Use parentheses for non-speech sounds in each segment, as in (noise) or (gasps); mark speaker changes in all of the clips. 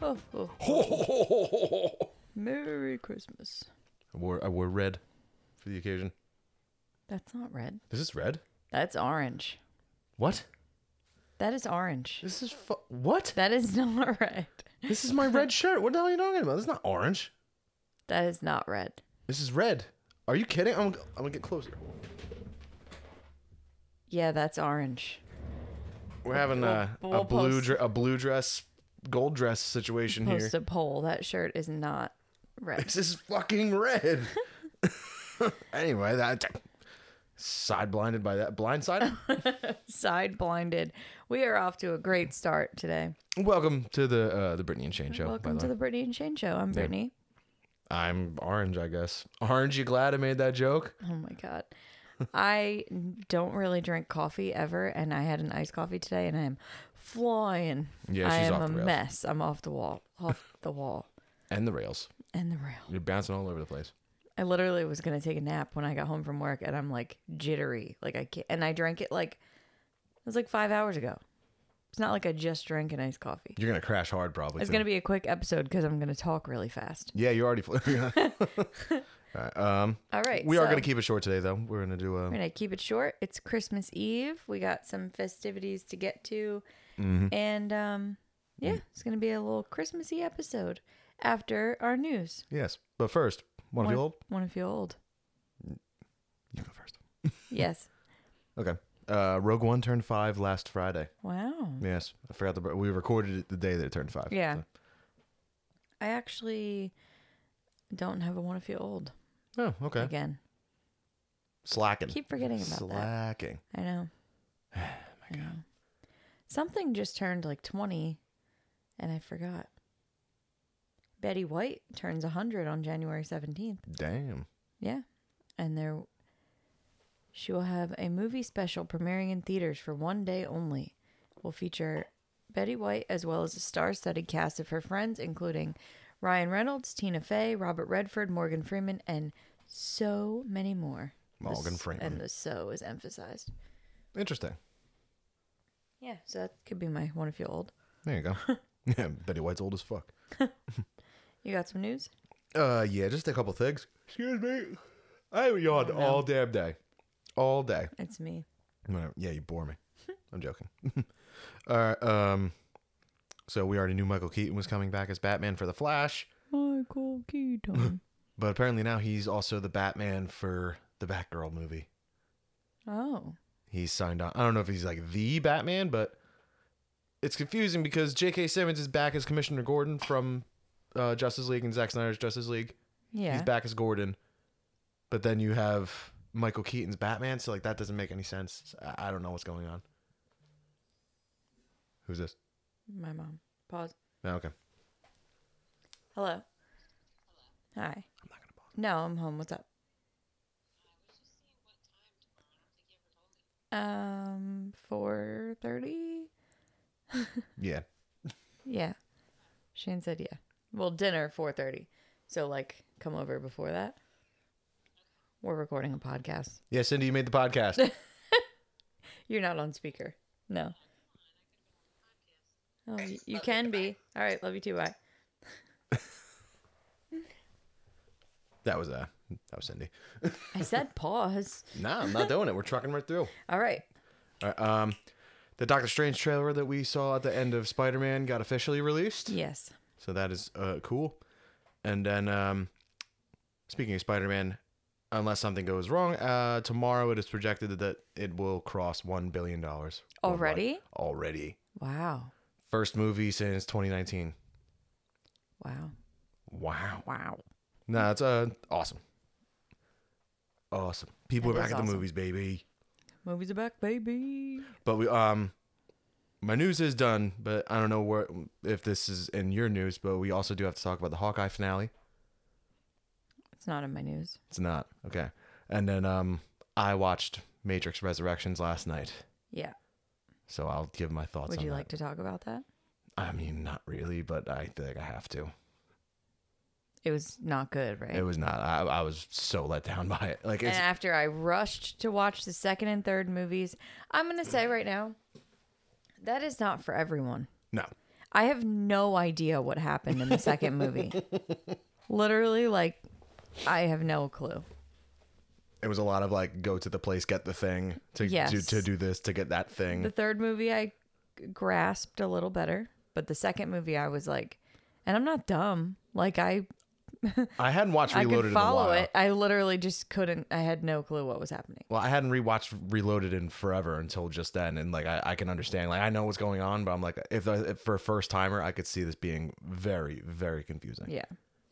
Speaker 1: Ho, ho. Oh, Merry Christmas.
Speaker 2: I wore I wore red for the occasion.
Speaker 1: That's not red.
Speaker 2: This is red.
Speaker 1: That's orange.
Speaker 2: What?
Speaker 1: That is orange.
Speaker 2: This is fu- what?
Speaker 1: That is (laughs) not red.
Speaker 2: This is my red shirt. What the hell are you talking about? This is not orange.
Speaker 1: That is not red.
Speaker 2: This is red. Are you kidding? I'm, I'm gonna get closer.
Speaker 1: Yeah, that's orange.
Speaker 2: We're having a,
Speaker 1: We'll- we'll
Speaker 2: a blue
Speaker 1: post-
Speaker 2: dre- a blue dress, gold dress situation here.
Speaker 1: Post a poll. That shirt is not red. (laughs)
Speaker 2: This is fucking red. (laughs) anyway, that side blinded by
Speaker 1: (laughs)
Speaker 2: that blindsided.
Speaker 1: Side blinded. We are off to a great start today.
Speaker 2: Welcome to the uh, the Brittany and Shane show.
Speaker 1: Welcome
Speaker 2: by
Speaker 1: to
Speaker 2: the way.
Speaker 1: the Brittany and Shane show. I'm Brittany.
Speaker 2: I'm orange, I guess. Orange, you glad I made that joke?
Speaker 1: Oh my
Speaker 2: (laughs)
Speaker 1: god. I don't really drink coffee ever, and I had an iced coffee today, and I am flying.
Speaker 2: Yeah, she's
Speaker 1: I am
Speaker 2: off the
Speaker 1: a
Speaker 2: rails.
Speaker 1: mess. I'm off the wall, off the wall,
Speaker 2: And the rails.
Speaker 1: and the rail.
Speaker 2: You're bouncing all over the place.
Speaker 1: I literally was gonna take a nap when I got home from work, and I'm like jittery, like I can't. And I drank it like it was like five hours ago. It's not like I just drank an iced coffee.
Speaker 2: You're gonna crash hard, probably.
Speaker 1: It's
Speaker 2: too.
Speaker 1: gonna be a quick episode because I'm gonna talk really fast.
Speaker 2: Yeah, you're already. Fl-
Speaker 1: (laughs)
Speaker 2: (laughs) Alright, um,
Speaker 1: All right,
Speaker 2: we are
Speaker 1: so
Speaker 2: gonna keep it short today, though. We're gonna do uh, a.
Speaker 1: We're gonna keep it short. It's Christmas Eve. We got some festivities to get to,
Speaker 2: Mm-hmm.
Speaker 1: and um,
Speaker 2: Mm.
Speaker 1: yeah, it's gonna be a little Christmassy episode after our news.
Speaker 2: Yes, but first, want to feel old?
Speaker 1: Want to feel old?
Speaker 2: You go first.
Speaker 1: Yes.
Speaker 2: Okay. Uh, Rogue One turned five last Friday.
Speaker 1: Wow.
Speaker 2: Yes, I forgot the. We recorded it the day that it turned five.
Speaker 1: Yeah.
Speaker 2: so-
Speaker 1: I actually don't have a want to feel old
Speaker 2: Oh, okay.
Speaker 1: again.
Speaker 2: Slacking.
Speaker 1: Keep forgetting about that.
Speaker 2: Slacking.
Speaker 1: I
Speaker 2: (sighs)
Speaker 1: know.
Speaker 2: Oh
Speaker 1: I know. Something just turned like 20 and I forgot. Betty White turns 100 on January 17th.
Speaker 2: Damn.
Speaker 1: Yeah. And there she will have a movie special premiering in theaters for one day only. Will feature Betty White as well as a star-studded cast of her friends including Ryan Reynolds, Tina Fey, Robert Redford, Morgan Freeman and so many more. The
Speaker 2: Morgan
Speaker 1: s-
Speaker 2: Freeman.
Speaker 1: And the so is emphasized.
Speaker 2: Interesting.
Speaker 1: Yeah, so that could be my one if you old.
Speaker 2: There
Speaker 1: (laughs)
Speaker 2: you go. (laughs) yeah, Betty White's old as fuck.
Speaker 1: You got some news?
Speaker 2: Uh, yeah, just a couple things. Excuse me. I haven't yawned
Speaker 1: Oh,
Speaker 2: all damn day. All day.
Speaker 1: It's me.
Speaker 2: Whatever. Yeah, you bore me. I'm joking. (laughs) all right. Um. So we already knew Michael Keaton was coming back as Batman for the Flash,
Speaker 1: Michael Keaton.
Speaker 2: but apparently now he's also the Batman for the Batgirl movie.
Speaker 1: (laughs) oh.
Speaker 2: he's signed on. I don't know if he's like the Batman, but it's confusing because J.K. Simmons is back as Commissioner Gordon from uh, Justice League and Zack Snyder's Justice League.
Speaker 1: Yeah.
Speaker 2: He's back as Gordon, but then you have Michael Keaton's Batman, so like that doesn't make any sense. I, I don't know what's going on. Who's this?
Speaker 1: My mom. Pause.
Speaker 2: No, Oh, okay.
Speaker 1: Hello. Hi. I'm not gonna pause. No, I'm home. What's up? Um, four thirty.
Speaker 2: Yeah.
Speaker 1: Yeah, Shane said yeah. Well, dinner four thirty. So like, come over before that. We're recording a podcast.
Speaker 2: Yeah, Cindy, you made the (laughs) podcast.
Speaker 1: You're not on speaker. No. Oh, you, you can be. All right. Love you too. Bye.
Speaker 2: that was uh that was Cindy.
Speaker 1: I said pause.
Speaker 2: Nah, I'm not doing it. We're trucking right through.
Speaker 1: All right.
Speaker 2: All right, um the Doctor Strange trailer that we saw at the end of Spider-Man got officially released.
Speaker 1: Yes.
Speaker 2: So that is uh, cool. And then, um, speaking of Spider Man, unless something goes wrong, uh, tomorrow it is projected that it will cross $1 billion. worldwide.
Speaker 1: Already?
Speaker 2: Already.
Speaker 1: Wow.
Speaker 2: First movie since 2019.
Speaker 1: Wow.
Speaker 2: Wow.
Speaker 1: Wow.
Speaker 2: No, it's uh, awesome. Awesome. People
Speaker 1: That is
Speaker 2: are back at the
Speaker 1: awesome.
Speaker 2: movies, baby.
Speaker 1: Movies are back, baby.
Speaker 2: But we, um, my news is done, but I don't know where if this is in your news, but we also do have to talk about the Hawkeye finale.
Speaker 1: It's not in my news.
Speaker 2: It's not. Okay. And then um I watched Matrix Resurrections last night.
Speaker 1: Yeah.
Speaker 2: So I'll give my thoughts
Speaker 1: Would
Speaker 2: on
Speaker 1: you
Speaker 2: that.
Speaker 1: like to talk about that?
Speaker 2: I mean not really, but I think I have to.
Speaker 1: It was not good, right?
Speaker 2: It was not I, I was so let down (laughs) by it. Like
Speaker 1: and
Speaker 2: it's
Speaker 1: after I rushed to watch the second and third movies, I'm going to say right now that is not for everyone.
Speaker 2: no.
Speaker 1: I have no idea what happened in the second
Speaker 2: (laughs)
Speaker 1: movie. Literally, like, I have no clue.
Speaker 2: It was a lot of like go to the place, get the thing to
Speaker 1: Yes.
Speaker 2: do to do this to get that thing.
Speaker 1: The third movie I g- grasped a little better, but the second movie I was like, and I'm not dumb. Like I,
Speaker 2: I hadn't watched
Speaker 1: I
Speaker 2: Reloaded
Speaker 1: could follow
Speaker 2: in a while.
Speaker 1: it. I literally just couldn't. I had no clue what was happening.
Speaker 2: Well, I hadn't rewatched Reloaded in forever until just then, and like I, I can understand, like I know what's going on, but I'm like, if, I, if for a first timer, I could see this being very, very confusing.
Speaker 1: Yeah,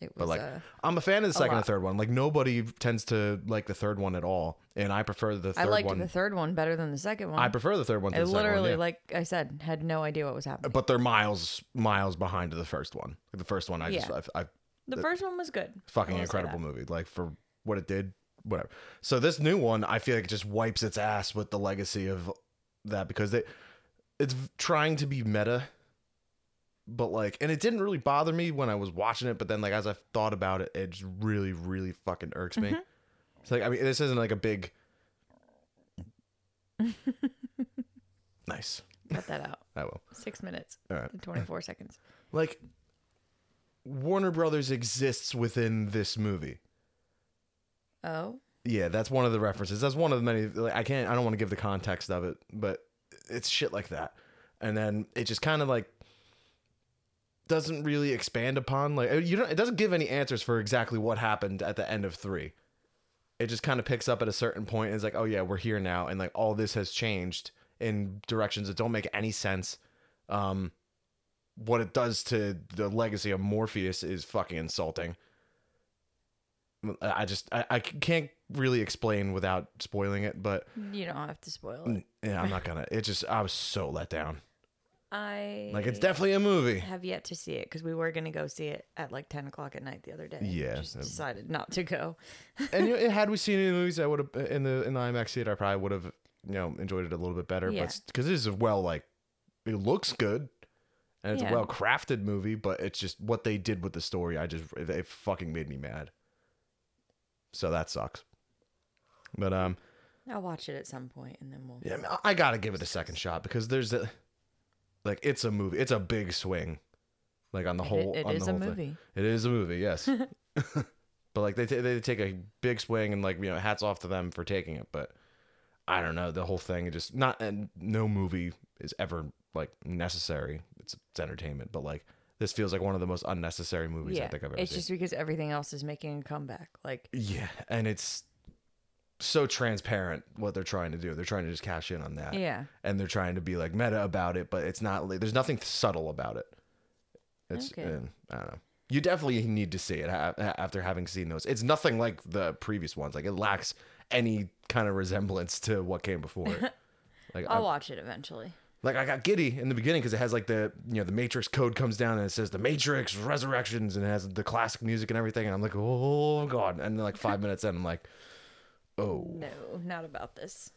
Speaker 1: it was.
Speaker 2: But like,
Speaker 1: uh,
Speaker 2: I'm a fan of the second and
Speaker 1: lot.
Speaker 2: third one. Like nobody tends to like the third one at all, and I prefer the
Speaker 1: I
Speaker 2: third
Speaker 1: liked
Speaker 2: one.
Speaker 1: the third one better than the second one.
Speaker 2: I prefer the third one. To
Speaker 1: I
Speaker 2: the second one,
Speaker 1: literally,
Speaker 2: yeah. Uh,
Speaker 1: like I said, had no idea what was happening.
Speaker 2: but they're miles, miles behind the first one. The first one, I
Speaker 1: Yeah.
Speaker 2: just, I, I
Speaker 1: The first one was good.
Speaker 2: fucking
Speaker 1: I will say
Speaker 2: incredible movie. Like for what it did, whatever. So this new one, I feel like it just wipes its ass with the legacy of that because they it's trying to be meta, but like, and it didn't really bother me when I was watching it. But then, like as I thought about it, it just really, really fucking irks me. It's like I mean, this isn't like a big. nice.
Speaker 1: that. Cut that out.
Speaker 2: I will.
Speaker 1: Six minutes
Speaker 2: (laughs) All right.
Speaker 1: and twenty-four seconds.
Speaker 2: Like Warner Brothers exists within this movie.
Speaker 1: Oh,
Speaker 2: Yeah, that's one of the references. That's one of the many. Like, I can't. I don't want to give the context of it, but it's shit like that. And then it just kind of like doesn't really expand upon like uh, you don't. It doesn't give any answers for exactly what happened at the end of three. It just kind of picks up at a certain point and is like, oh yeah, we're here now, and like all this has changed in directions that don't make any sense. Um, what it does to the legacy of Morpheus is fucking insulting. I just I, I can't really explain without spoiling it, but
Speaker 1: you don't have to spoil it.
Speaker 2: yeah, I'm not gonna. It just I was so let down.
Speaker 1: I
Speaker 2: Like it's definitely
Speaker 1: (laughs)
Speaker 2: a movie.
Speaker 1: have yet to see it because we were going to go see it at like 10 o'clock at night the other day.
Speaker 2: Yeah.
Speaker 1: Just decided not to go.
Speaker 2: and you know, had we seen it in the movies, I would have in the in the IMAX theater. I probably would have you know enjoyed it a little bit better.
Speaker 1: Yeah.
Speaker 2: But because it is a well like it looks good and it's
Speaker 1: Yeah.
Speaker 2: a well crafted movie, but it's just what they did with the story. I just it, it fucking made me mad. So that sucks. But um,
Speaker 1: I'll watch it at some point and then we'll.
Speaker 2: Yeah, I, mean, I- I gotta give it a second shot because there's a like it's a movie. It's a big swing, like on the whole.
Speaker 1: It- it
Speaker 2: on
Speaker 1: is
Speaker 2: the
Speaker 1: a
Speaker 2: whole thing.
Speaker 1: movie.
Speaker 2: It is a
Speaker 1: (laughs)
Speaker 2: movie, yes. but like they ta- they take a big swing and like you know hats off to them for taking it. But I don't know the whole thing. It just not and no movie is ever like necessary. It's, it's entertainment, but like this feels like one of the most unnecessary movies I
Speaker 1: Yeah.
Speaker 2: think I've ever
Speaker 1: It's
Speaker 2: seen.
Speaker 1: just because everything else is making a comeback. Like,
Speaker 2: Yeah, and it's so transparent what they're trying to do. They're trying to just cash in on that
Speaker 1: yeah.
Speaker 2: and they're trying to be like meta about it, but it's not. like There's nothing subtle about it. It's
Speaker 1: Okay.
Speaker 2: uh, I don't know. You definitely need to see it ha- ha- after having seen those. It's nothing like the previous ones. Like it lacks any kind of resemblance to what came before. it. like
Speaker 1: I'll
Speaker 2: I,
Speaker 1: watch it eventually.
Speaker 2: like I got giddy in the beginning because it has like the you know the Matrix code comes down and it says the Matrix Resurrections and it has the classic music and everything and I'm like oh god and then like five minutes in I'm like oh
Speaker 1: No, not about this.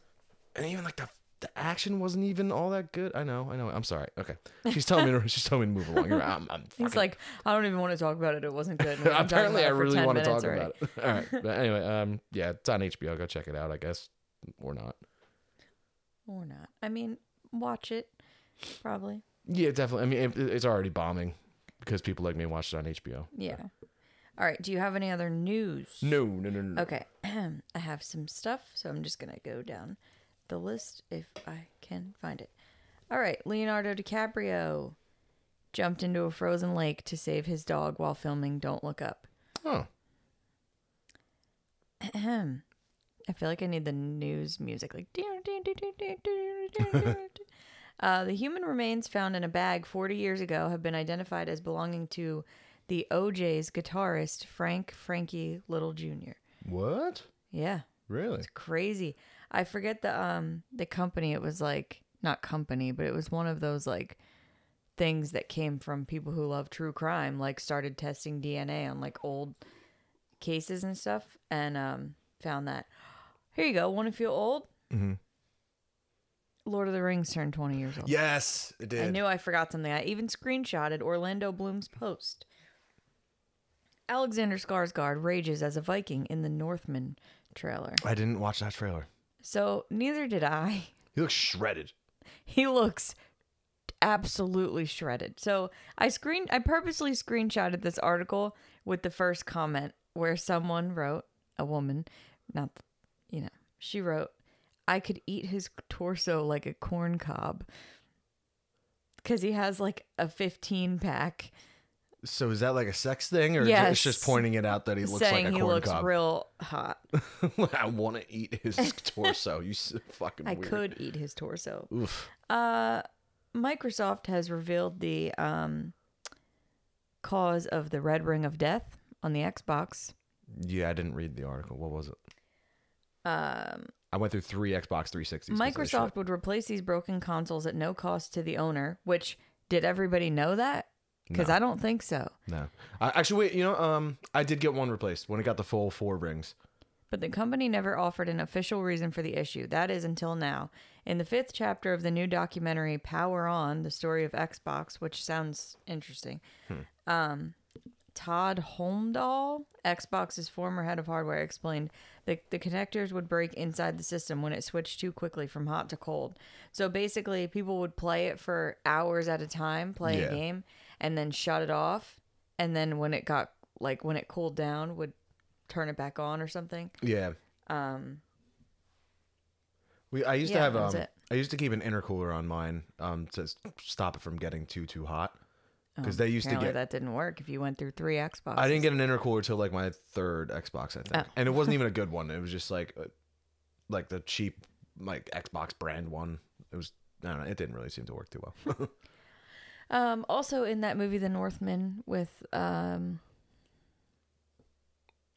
Speaker 2: and even like the the action wasn't even all that good. I know, I know. I'm sorry. Okay, she's telling me to, (laughs) she's telling me to move along. You're right. I'm, I'm
Speaker 1: He's
Speaker 2: (laughs) fucking-
Speaker 1: like, I don't even want to talk about it. It wasn't good. We've been talking
Speaker 2: (laughs) apparently
Speaker 1: about
Speaker 2: I
Speaker 1: it for
Speaker 2: really
Speaker 1: 10
Speaker 2: want to
Speaker 1: minutes
Speaker 2: talk about it. (laughs) All right, but anyway, um, yeah, it's on HBO. Go check it out. I guess or not.
Speaker 1: Or not. I mean, watch it, probably.
Speaker 2: Yeah, definitely. I mean, it, it's already bombing because people like me watched it on HBO.
Speaker 1: Yeah. All right. Do you have any other news?
Speaker 2: No, no, no, no.
Speaker 1: Okay. (clears throat) I have some stuff, so I'm just going to go down the list if I can find it. All right. Leonardo DiCaprio jumped into a frozen lake to save his dog while filming Don't Look Up. (clears throat)
Speaker 2: Oh,
Speaker 1: I feel like I need the news music like uh, the human remains found in a bag 40 years ago have been identified as belonging to the OJ's guitarist Frank Frankie Little Jr.
Speaker 2: what?
Speaker 1: Yeah.
Speaker 2: Really?
Speaker 1: It's crazy. I forget the um the company. It was like not company, but it was one of those like things that came from people who love true crime. Like started testing DNA on like old cases and stuff, and um found that. Here you go. Want to feel old?
Speaker 2: Mhm.
Speaker 1: Lord of the Rings turned twenty years old.
Speaker 2: Yes, it did.
Speaker 1: I knew I forgot something. I even screenshotted Orlando Bloom's post. Alexander Skarsgård rages as a Viking in the Northman trailer.
Speaker 2: I didn't watch that trailer.
Speaker 1: So neither did I. (laughs)
Speaker 2: He looks shredded.
Speaker 1: He looks absolutely shredded. So I screen I purposely screenshotted this article with the first comment where someone wrote a woman, not you know, she wrote, "I could eat his torso like a corn cob." Cuz he has like a 15 pack
Speaker 2: So is that like a sex thing, or ju-
Speaker 1: Yes.
Speaker 2: it's just pointing it out that he looks
Speaker 1: saying
Speaker 2: like a
Speaker 1: he
Speaker 2: corn
Speaker 1: looks
Speaker 2: cob?
Speaker 1: real hot.
Speaker 2: (laughs) I want to eat
Speaker 1: (laughs)
Speaker 2: his torso. You s- fucking.
Speaker 1: I
Speaker 2: weird.
Speaker 1: could eat his torso.
Speaker 2: Oof.
Speaker 1: Uh, Microsoft has revealed the um, cause of the Red Ring of Death on the Xbox.
Speaker 2: Yeah, I didn't read the article. What was it?
Speaker 1: Um,
Speaker 2: I went through three Xbox 360s. 'cause of this shit.
Speaker 1: Microsoft would replace these broken consoles at no cost to the owner, which did everybody know that? Because I don't think so.
Speaker 2: No, I, actually, wait. You know, um, I did get one replaced when it got the full four rings.
Speaker 1: But the company never offered an official reason for the issue. That is until now. In the fifth chapter of the new documentary Power On, the story of Xbox, which sounds interesting, um, Todd Holmdahl, Xbox's former head of hardware, explained that the connectors would break inside the system when it switched too quickly from hot to cold. So basically, people would play it for hours at a time, play
Speaker 2: Yeah.
Speaker 1: a game, and then shut it off. And then when it got, like, when it cooled down, would turn it back on or something.
Speaker 2: Yeah.
Speaker 1: Um,
Speaker 2: We I used to
Speaker 1: Yeah,
Speaker 2: have
Speaker 1: that's
Speaker 2: um
Speaker 1: it.
Speaker 2: I used to keep an intercooler on mine um to s- stop it from getting too too hot because
Speaker 1: Oh,
Speaker 2: they used to
Speaker 1: apparently
Speaker 2: get.
Speaker 1: that didn't work if you went through three Xboxes.
Speaker 2: I didn't get an intercooler till like my third Xbox, I think,
Speaker 1: Oh.
Speaker 2: and it
Speaker 1: (laughs)
Speaker 2: wasn't even a good one. It was just like uh, like the cheap like Xbox brand one. It was I don't know. It didn't really seem to work too
Speaker 1: (laughs)
Speaker 2: well.
Speaker 1: Um, also in that movie, The Northman, with um,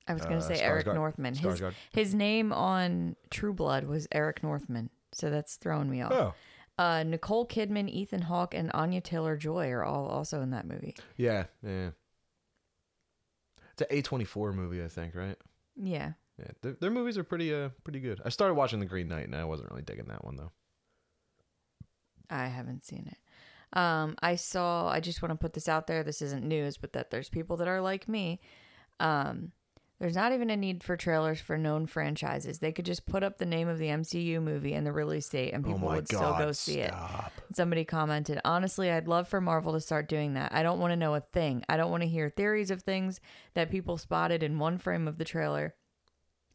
Speaker 1: I was going
Speaker 2: Uh,
Speaker 1: to say Eric
Speaker 2: Skarsgård.
Speaker 1: Northman. His
Speaker 2: Skarsgård.
Speaker 1: his name on True Blood was Eric Northman, so that's throwing me off.
Speaker 2: Oh.
Speaker 1: Uh, Nicole Kidman, Ethan Hawke, and Anya Taylor Joy are all also in that movie.
Speaker 2: yeah, yeah. It's an A twenty four movie, I think, right?
Speaker 1: Yeah,
Speaker 2: Yeah, their, their movies are pretty uh pretty good. I started watching The Green Knight, and I wasn't really digging that one though.
Speaker 1: I haven't seen it. Um, I saw, I just want to put this out there. This isn't news, but that there's people that are like me. Um, there's not even a need for trailers for known franchises. They could just put up the name of the MCU movie and the release date,
Speaker 2: Oh
Speaker 1: and people would still go see it.
Speaker 2: stop.
Speaker 1: Somebody commented, honestly, I'd love for Marvel to start doing that. I don't want to know a thing. I don't want to hear theories of things that people spotted in one frame of the trailer.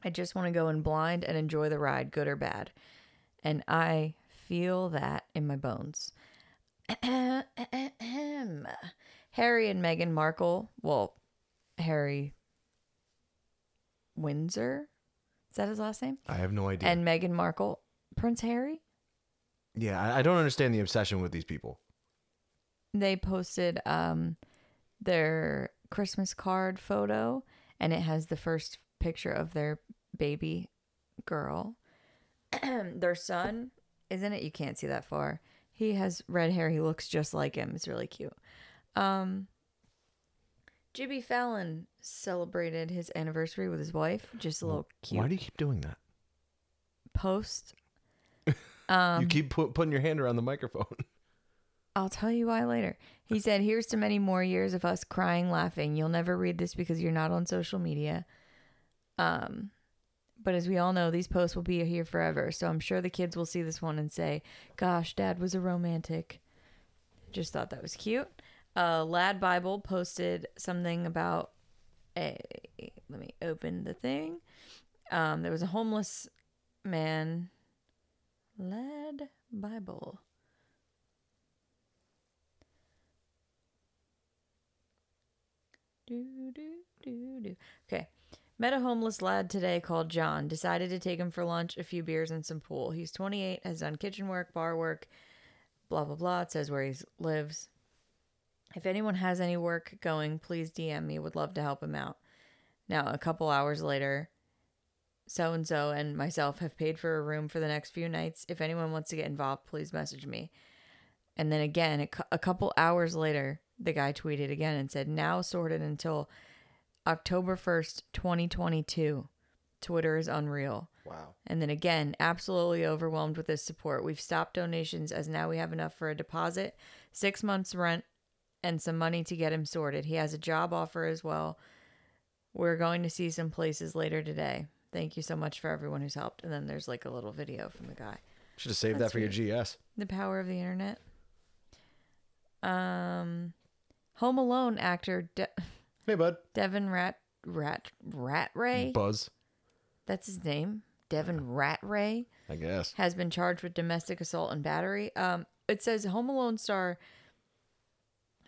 Speaker 1: I just want to go in blind and enjoy the ride, good or bad. And I feel that in my bones. (clears throat) Harry and Meghan Markle, well, Harry Windsor, is that his last name?
Speaker 2: I have no idea.
Speaker 1: And Meghan Markle, Prince Harry?
Speaker 2: Yeah, I, I don't understand the obsession with these people.
Speaker 1: they posted um their Christmas card photo and it has the first picture of their baby girl. (clears throat) their son, isn't it? You can't see that far. He has red hair. He looks just like him. It's really cute. Um Jimmy Fallon celebrated his anniversary with his wife. Just a little cute
Speaker 2: Why do you keep doing that?
Speaker 1: post. Um,
Speaker 2: you keep put, putting your hand around the microphone. (laughs)
Speaker 1: I'll tell you why later. He said, Here's to many more years of us crying, laughing. You'll never read this because you're not on social media. Um, but as we all know, these posts will be here forever. So I'm sure the kids will see this one and say, Gosh, dad was a romantic. Just thought that was cute. Uh, Lad Bible posted something about a. Let me open the thing. Um, there was a homeless man. Lad Bible. Do, do, do, do. Okay. Met a homeless lad today called John. Decided to take him for lunch, a few beers, and some pool. He's 28, has done kitchen work, bar work, blah, blah, blah. It says where he lives. If anyone has any work going, please DM me. Would love to help him out. Now, a couple hours later, so and so and myself have paid for a room for the next few nights. If anyone wants to get involved, please message me. And then again, a, cou- a couple hours later, the guy tweeted again and said, now sorted until October 1st, 2022. Twitter is unreal.
Speaker 2: Wow.
Speaker 1: And then again, absolutely overwhelmed with this support. We've stopped donations as now we have enough for a deposit, six months' rent, and some money to get him sorted. He has a job offer as well. We're going to see some places later today. Thank you so much for everyone who's helped. And then there's like a little video from the guy.
Speaker 2: Should have saved
Speaker 1: That's
Speaker 2: that for your GS.
Speaker 1: The power of the internet. Um, Home Alone actor De-
Speaker 2: Hey, bud.
Speaker 1: Devin Rat Rat Rat Ray.
Speaker 2: Buzz.
Speaker 1: That's his name. Devin Rat Ray
Speaker 2: I guess.
Speaker 1: has been charged with domestic assault and battery. Um, it says Home Alone star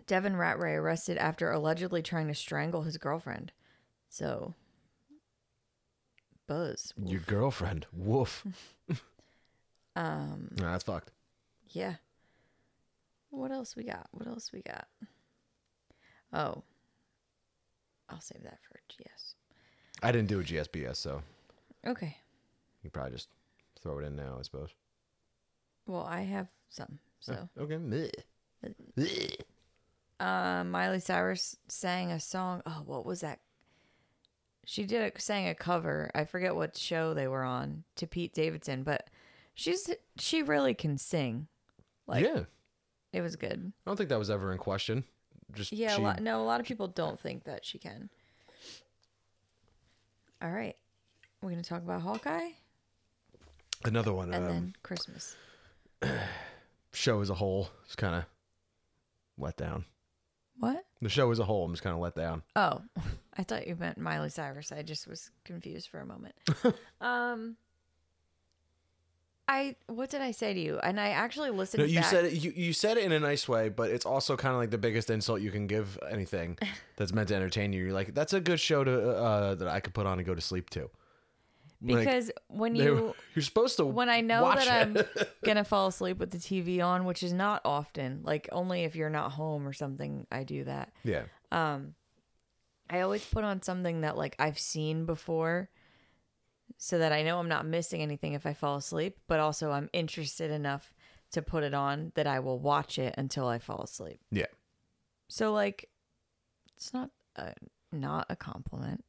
Speaker 1: Devin Ratray arrested after allegedly trying to strangle his girlfriend. So, buzz.
Speaker 2: Your girlfriend. Woof.
Speaker 1: (laughs) Um,
Speaker 2: Nah, that's fucked.
Speaker 1: yeah. What else we got? What else we got? Oh, I'll save that for GS.
Speaker 2: I didn't do a GSBS, so
Speaker 1: Okay.
Speaker 2: you probably just throw it in now, I suppose.
Speaker 1: Well, I have some. So,
Speaker 2: Okay. Bleh. Bleh.
Speaker 1: uh, Miley Cyrus sang a song. Oh, what was that? She did a, sang a cover. I forget what show they were on to Pete Davidson, but she's she really can sing. Like
Speaker 2: yeah. I
Speaker 1: it was good.
Speaker 2: don't think that was ever in question. Just
Speaker 1: Yeah,
Speaker 2: she-
Speaker 1: a lot, no, a lot of people don't think that she can. All right, we're gonna talk about Hawkeye
Speaker 2: another one.
Speaker 1: and
Speaker 2: um,
Speaker 1: then Christmas.
Speaker 2: show as a whole is kind of let down.
Speaker 1: What?
Speaker 2: The show as a whole, I'm just kind of let down.
Speaker 1: Oh, (laughs) I thought you meant Miley Cyrus. I just was confused for a moment.
Speaker 2: (laughs)
Speaker 1: um, I what did I say to you? And I actually listened.
Speaker 2: No, you
Speaker 1: back-
Speaker 2: said it. You, you said it in a nice way, but it's also kind of like the biggest insult you can give
Speaker 1: (laughs)
Speaker 2: anything that's meant to entertain you. You're like, that's a good show to uh, that I could put on and go to sleep to. Like,
Speaker 1: because when
Speaker 2: they-
Speaker 1: you
Speaker 2: (laughs) you're supposed to.
Speaker 1: when I know
Speaker 2: watch
Speaker 1: that I'm
Speaker 2: it. (laughs)
Speaker 1: gonna fall asleep with the TV on, which is not often, like only if you're not home or something, I do that.
Speaker 2: yeah,
Speaker 1: Um, I always put on something that like I've seen before so that I know I'm not missing anything if I fall asleep, but also I'm interested enough to put it on that I will watch it until I fall asleep.
Speaker 2: yeah.
Speaker 1: So like it's not a, not a compliment.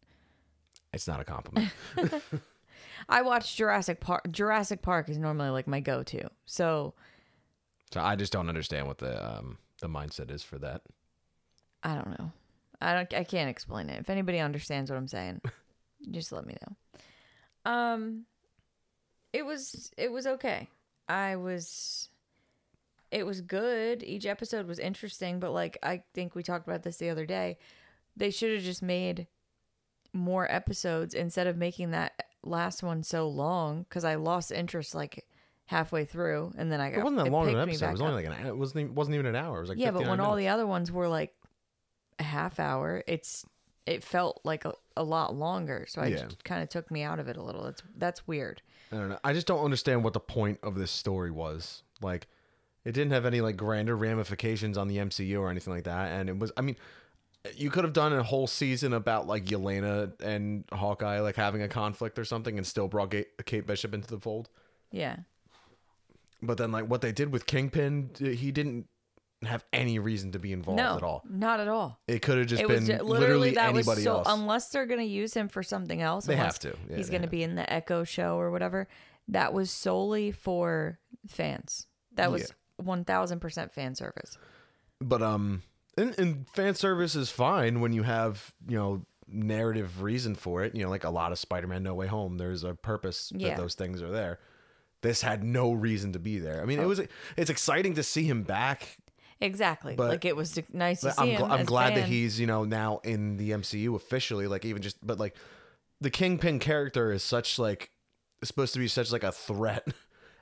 Speaker 2: It's not
Speaker 1: (laughs)
Speaker 2: a compliment.
Speaker 1: I watch Jurassic Park. Jurassic Park is normally like my go-to. So
Speaker 2: so I just don't understand what the um the mindset is for that.
Speaker 1: I don't know. I don't. I can't explain it. If anybody understands what I'm
Speaker 2: (laughs)
Speaker 1: saying, just let me know. Um, it was it was okay. I was. It was good. Each episode was interesting, but like I think we talked about this the other day, they should have just made more episodes instead of making that last one so long because I lost interest like halfway through, and then I got
Speaker 2: It wasn't that long of
Speaker 1: picked
Speaker 2: an
Speaker 1: me
Speaker 2: episode. It
Speaker 1: back
Speaker 2: was
Speaker 1: up.
Speaker 2: only like an. It wasn't even, wasn't even an hour. It was like
Speaker 1: Yeah, but when
Speaker 2: 59
Speaker 1: all
Speaker 2: minutes.
Speaker 1: the other ones were like a half hour, it's it felt like a, a lot longer. So I
Speaker 2: Yeah.
Speaker 1: kind of took me out of it a little. That's that's weird.
Speaker 2: I don't know. I just don't understand what the point of this story was. Like, it didn't have any like grander ramifications on the MCU or anything like that. And it was, I mean, you could have done a whole season about like Yelena and Hawkeye like having a conflict or something, and still brought Ga- Kate Bishop into the fold.
Speaker 1: Yeah.
Speaker 2: But then like what they did with Kingpin, d- he didn't have any reason to be involved
Speaker 1: no,
Speaker 2: at all.
Speaker 1: not at all.
Speaker 2: It could have just
Speaker 1: It
Speaker 2: been
Speaker 1: was ju-
Speaker 2: literally,
Speaker 1: literally, that was
Speaker 2: anybody
Speaker 1: so.
Speaker 2: else.
Speaker 1: Unless they're gonna use him for something else,
Speaker 2: They
Speaker 1: unless
Speaker 2: have to. Yeah,
Speaker 1: he's
Speaker 2: they
Speaker 1: gonna
Speaker 2: have
Speaker 1: be in the Echo show or whatever. That was solely for fans. That was one thousand percent fan service.
Speaker 2: but um and, and fan service is fine when you have you know narrative reason for it you know like a lot of spider-man no way home there's a purpose
Speaker 1: Yeah.
Speaker 2: that those things are there this had no reason to be there i mean it was it's exciting to see him back
Speaker 1: Exactly.
Speaker 2: But-
Speaker 1: like it was nice to
Speaker 2: but
Speaker 1: see
Speaker 2: i'm,
Speaker 1: him.
Speaker 2: gl- I'm
Speaker 1: as
Speaker 2: glad that
Speaker 1: fan.
Speaker 2: he's you know now in the mcu officially like even just but like the kingpin character is such like supposed to be such like a threat (laughs)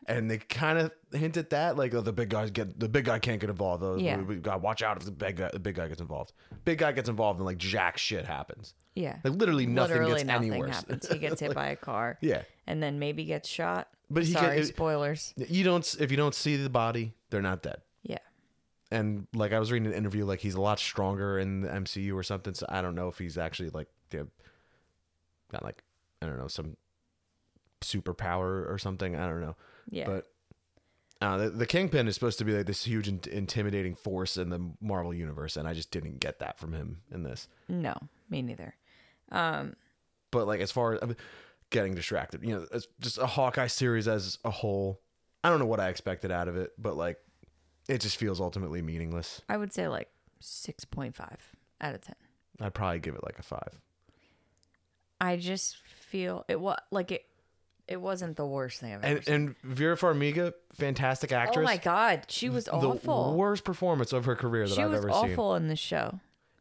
Speaker 2: and they kind of hint at that like oh, the big guys get the big guy can't get involved though
Speaker 1: Yeah.
Speaker 2: we, we got watch out if the big guy, the big guy gets involved big guy gets involved and like jack shit happens
Speaker 1: Yeah.
Speaker 2: like literally nothing
Speaker 1: literally
Speaker 2: gets
Speaker 1: nothing
Speaker 2: any worse
Speaker 1: happens. He gets hit by a car.
Speaker 2: (laughs) yeah
Speaker 1: And then maybe gets shot.
Speaker 2: But he
Speaker 1: sorry,
Speaker 2: get-
Speaker 1: spoilers.
Speaker 2: you don't s- if you don't see the body they're not dead
Speaker 1: Yeah.
Speaker 2: and like i was reading an interview like he's a lot stronger in the mcu or something so i don't know if he's actually like you know, got like i don't know some superpower or something i don't know
Speaker 1: Yeah.
Speaker 2: But uh, the, the Kingpin is supposed to be like this huge, in- intimidating force in the Marvel universe, and I just didn't get that from him in this.
Speaker 1: no, me neither. Um,
Speaker 2: But like, as far as I'm getting distracted, you know, it's just a Hawkeye series as a whole. I don't know what I expected out of it, but like, it just feels ultimately meaningless.
Speaker 1: I would say like 6.5 out of 10.
Speaker 2: I'd probably give it like a five.
Speaker 1: I just feel it was like it It wasn't the worst thing I've ever
Speaker 2: And, and Vera Farmiga, fantastic
Speaker 1: seen. Oh
Speaker 2: actress.
Speaker 1: my god, she was
Speaker 2: The
Speaker 1: awful.
Speaker 2: worst performance of her career that
Speaker 1: She
Speaker 2: I've
Speaker 1: was
Speaker 2: ever seen.
Speaker 1: awful in this show.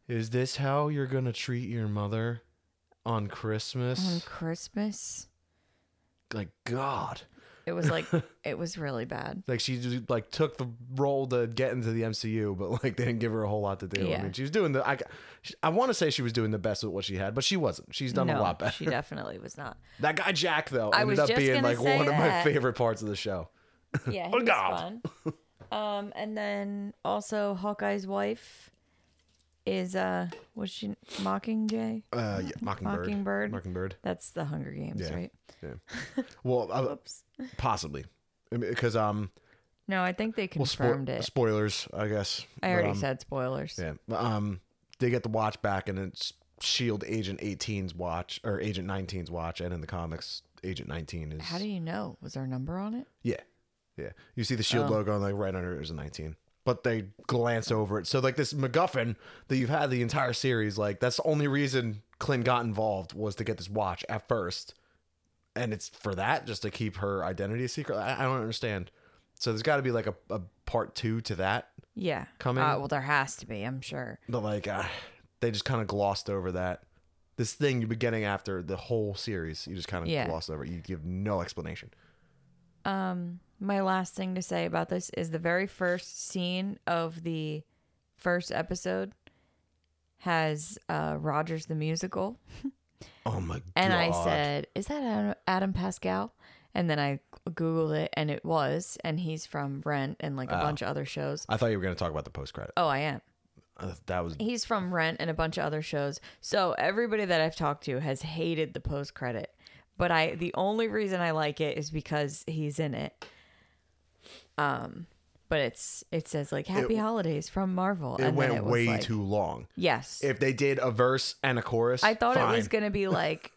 Speaker 2: Is this how you're gonna treat your mother on
Speaker 1: On
Speaker 2: Christmas?
Speaker 1: Christmas,
Speaker 2: like God.
Speaker 1: it was
Speaker 2: (laughs)
Speaker 1: like it was really bad.
Speaker 2: Like she just, like took the role to get into the MCU, but like they didn't give her a whole lot to do. I
Speaker 1: Yeah.
Speaker 2: mean, she was doing the I, I want to say she was doing the best with what she had, but she wasn't. She's done
Speaker 1: no,
Speaker 2: a lot better.
Speaker 1: she definitely was not.
Speaker 2: That guy Jack though
Speaker 1: I
Speaker 2: ended
Speaker 1: was
Speaker 2: up
Speaker 1: just
Speaker 2: being
Speaker 1: gonna
Speaker 2: like
Speaker 1: say
Speaker 2: one of my
Speaker 1: that.
Speaker 2: favorite parts of the show.
Speaker 1: Yeah, he
Speaker 2: Oh,
Speaker 1: was
Speaker 2: God.
Speaker 1: fun. Um, and then also Hawkeye's wife is uh, was she Mockingjay?
Speaker 2: Uh, yeah, Mockingbird.
Speaker 1: Mockingbird.
Speaker 2: Mockingbird.
Speaker 1: That's the Hunger Games,
Speaker 2: Yeah.
Speaker 1: right?
Speaker 2: Well, uh,
Speaker 1: Oops.
Speaker 2: possibly because um,
Speaker 1: No, I think they
Speaker 2: well, spo-
Speaker 1: confirmed it.
Speaker 2: spoilers, I guess.
Speaker 1: I already
Speaker 2: But, um,
Speaker 1: said spoilers.
Speaker 2: Yeah. But, Um, they get the watch back, and it's Shield E Agent 18's watch or Agent 19's watch, and in the comics, Agent 19 is.
Speaker 1: How do you know? Was there a number on it?
Speaker 2: Yeah, yeah. You see the Shield
Speaker 1: Oh.
Speaker 2: E logo, and like right under it is a 19. But they glance over it. So like this MacGuffin that you've had the entire series, like that's the only reason Clint got involved was to get this watch at first, and it's for that just to keep her identity a secret. I, I don't understand. So there's got to be like a, a part two to that.
Speaker 1: Yeah.
Speaker 2: Coming.
Speaker 1: Uh, well, there has to be. I'm sure.
Speaker 2: But like, uh, they just kind of glossed over that. This thing you've been getting after the whole series, you just kind of
Speaker 1: Yeah.
Speaker 2: glossed over. it. You give no explanation.
Speaker 1: Um, my last thing to say about this is the very first scene of the first episode has uh, Rogers the musical,
Speaker 2: Oh my god!
Speaker 1: and I said, "Is that Adam, Adam Pascal?" And then I googled it, and it was, and he's from Rent and like a bunch of other shows.
Speaker 2: I thought you were going to talk about the post credit.
Speaker 1: Oh, I am.
Speaker 2: Uh, that was
Speaker 1: He's from Rent and a bunch of other shows. So everybody that I've talked to has hated the post credit. But I the only reason I like it is because he's in it. Um but it's it says like happy holidays from Marvel.
Speaker 2: it
Speaker 1: and then
Speaker 2: went
Speaker 1: was
Speaker 2: way
Speaker 1: like-
Speaker 2: too long.
Speaker 1: Yes.
Speaker 2: If they did a verse and a chorus,
Speaker 1: I thought it was
Speaker 2: fine.
Speaker 1: gonna
Speaker 2: (laughs)
Speaker 1: be like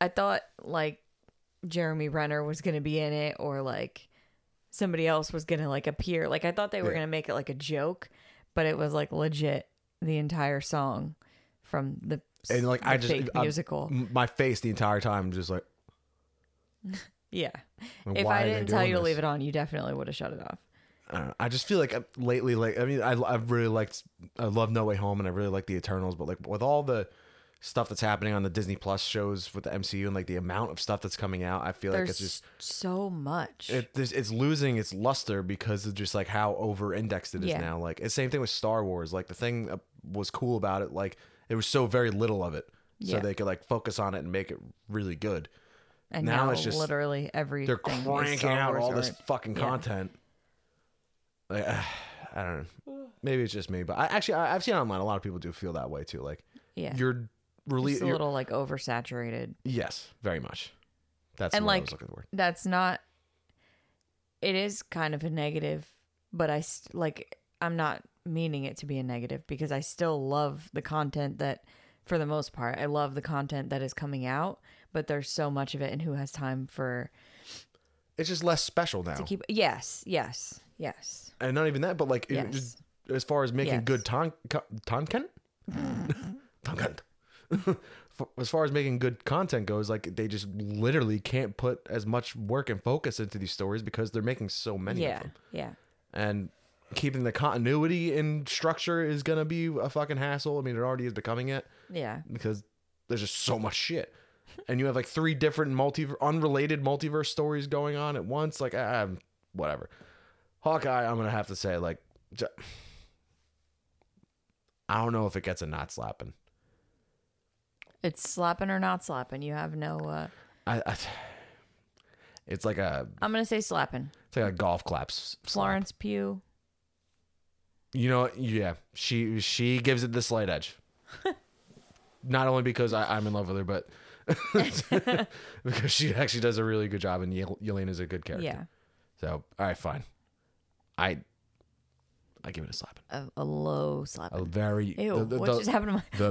Speaker 1: I thought like Jeremy Renner was gonna be in it or like somebody else was gonna like appear. Like I thought they were
Speaker 2: Yeah.
Speaker 1: gonna make it like a joke, but it was like legit the entire song from the
Speaker 2: And, like,
Speaker 1: the
Speaker 2: I just-
Speaker 1: fake
Speaker 2: I'm-
Speaker 1: musical.
Speaker 2: M- My face the entire time just like.
Speaker 1: yeah.
Speaker 2: like,
Speaker 1: If
Speaker 2: why
Speaker 1: I
Speaker 2: are they
Speaker 1: didn't tell
Speaker 2: doing
Speaker 1: you to
Speaker 2: this?
Speaker 1: leave it on, you definitely would have shut it off.
Speaker 2: I, don't know. I just feel like uh, lately, like I mean, I I've really liked I love No Way Home and I really like the Eternals, but like with all the stuff that's happening on the Disney Plus shows with the MCU and like the amount of stuff that's coming out, I feel like
Speaker 1: There's
Speaker 2: it's just
Speaker 1: so much.
Speaker 2: it, this- it's losing its luster because of just like how over indexed it is
Speaker 1: Yeah.
Speaker 2: now. Like it's same thing with Star Wars. Like the thing that was cool about it, like it was so very little of it, so
Speaker 1: Yeah.
Speaker 2: they could like focus on it and make it really good.
Speaker 1: and
Speaker 2: now
Speaker 1: now,
Speaker 2: it's just-
Speaker 1: literally every
Speaker 2: They're cranking out all this fucking
Speaker 1: yeah.
Speaker 2: content. Like, (sighs) uh, I don't know. Maybe it's just me, but I actually I, I've seen online a lot of people do feel that way too. Like
Speaker 1: yeah.
Speaker 2: you're
Speaker 1: It's
Speaker 2: released.
Speaker 1: a little like oversaturated.
Speaker 2: Yes, very much. That's
Speaker 1: And,
Speaker 2: the word I
Speaker 1: like,
Speaker 2: was looking for.
Speaker 1: that's not it is kind of a negative but i st- like i'm not meaning it to be a negative because i still love the content that for the most part i love the content that is coming out but there's so much of it and who has time for
Speaker 2: It's just less special now,
Speaker 1: to keep yes yes yes
Speaker 2: and not even that, but like it-
Speaker 1: Yes.
Speaker 2: just as far as making
Speaker 1: Yes.
Speaker 2: good ton co-
Speaker 1: (laughs)
Speaker 2: tonkin (laughs) tonkin. For- as far as making good content goes, like they just literally can't put as much work and focus into these stories because they're making so many of
Speaker 1: yeah
Speaker 2: them.
Speaker 1: yeah
Speaker 2: and keeping the continuity and structure is gonna be a fucking hassle. I mean, it already is becoming it
Speaker 1: yeah
Speaker 2: because there's just so much shit, and you have like three different multi unrelated multiverse stories going on at once. Like, I, I'm whatever. Hawkeye, I'm gonna have to say like, j- I don't know if it gets a not slapping.
Speaker 1: it's slapping or not slapping you have no uh
Speaker 2: I, I it's like a
Speaker 1: i'm gonna say slapping
Speaker 2: it's like a golf claps. Slap.
Speaker 1: florence pugh
Speaker 2: You know, yeah, she she gives it the slight
Speaker 1: (laughs)
Speaker 2: edge. Not only because I, I'm in love with her, but
Speaker 1: (laughs)
Speaker 2: (laughs) because she actually does a really good job, and Yel- Yelena's a good character.
Speaker 1: yeah
Speaker 2: So, all right, fine. I I give it a slap.
Speaker 1: a, a low slapping
Speaker 2: A very
Speaker 1: Ew,
Speaker 2: the, the-
Speaker 1: what
Speaker 2: the-
Speaker 1: just happened to my
Speaker 2: (laughs)
Speaker 1: a
Speaker 2: the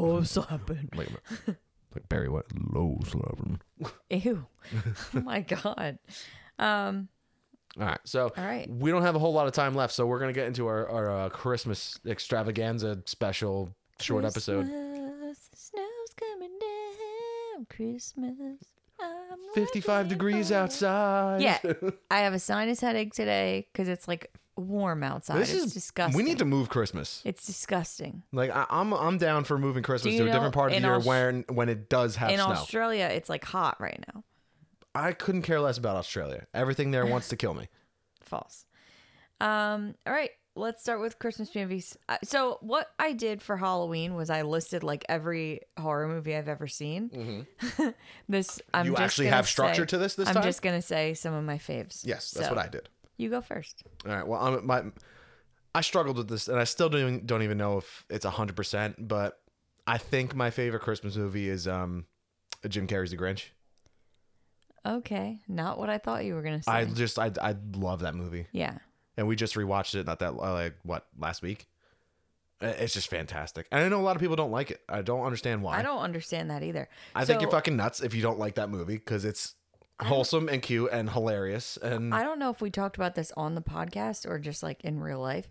Speaker 1: (laughs) low slapping
Speaker 2: Wait a minute. Like Barry White, low slapping.
Speaker 1: Ew. oh my god. Um
Speaker 2: All right, so
Speaker 1: All right.
Speaker 2: we don't have a whole lot of time left, so we're gonna get into our our uh, Christmas extravaganza special short episode.
Speaker 1: Christmas, the snow's coming down. Christmas. I'm
Speaker 2: 55 degrees outside. (laughs)
Speaker 1: Yeah. I have a sinus headache today because it's like warm outside.
Speaker 2: This
Speaker 1: it's
Speaker 2: is
Speaker 1: disgusting.
Speaker 2: We need to move Christmas.
Speaker 1: It's disgusting.
Speaker 2: Like I, I'm, I'm down for moving Christmas
Speaker 1: you
Speaker 2: to a
Speaker 1: know
Speaker 2: different part of
Speaker 1: in
Speaker 2: the year
Speaker 1: Aus-
Speaker 2: when when it does have
Speaker 1: In
Speaker 2: snow.
Speaker 1: Australia, it's like hot right now.
Speaker 2: I couldn't care less about Australia. Everything there wants to kill me.
Speaker 1: False. Um, all right, let's start with Christmas movies. Uh, So, what I did for Halloween was I listed like every horror movie I've ever seen. (laughs) this I'm
Speaker 2: Mm-hmm. You
Speaker 1: just
Speaker 2: actually
Speaker 1: gonna
Speaker 2: have structure
Speaker 1: say-
Speaker 2: to this this
Speaker 1: I'm
Speaker 2: time?
Speaker 1: just gonna say some of my faves.
Speaker 2: (laughs) Yes, that's
Speaker 1: So,
Speaker 2: what I did.
Speaker 1: You go first.
Speaker 2: All right. Well, I'm, my I struggled with this, and I still don't even, don't even know if it's hundred percent. But I think my favorite Christmas movie is um, Jim Carrey's The Grinch.
Speaker 1: Okay, not what I thought you were gonna say.
Speaker 2: I just I I love that movie,
Speaker 1: yeah,
Speaker 2: and we just rewatched it not that uh, like what last week. Uh, It's just fantastic, and I know a lot of people don't like it. I don't understand why.
Speaker 1: I don't understand that either.
Speaker 2: I think
Speaker 1: So,
Speaker 2: you're fucking nuts if you don't like that movie because it's wholesome and cute and hilarious and
Speaker 1: I don't know if we talked about this on the podcast or just like in real life.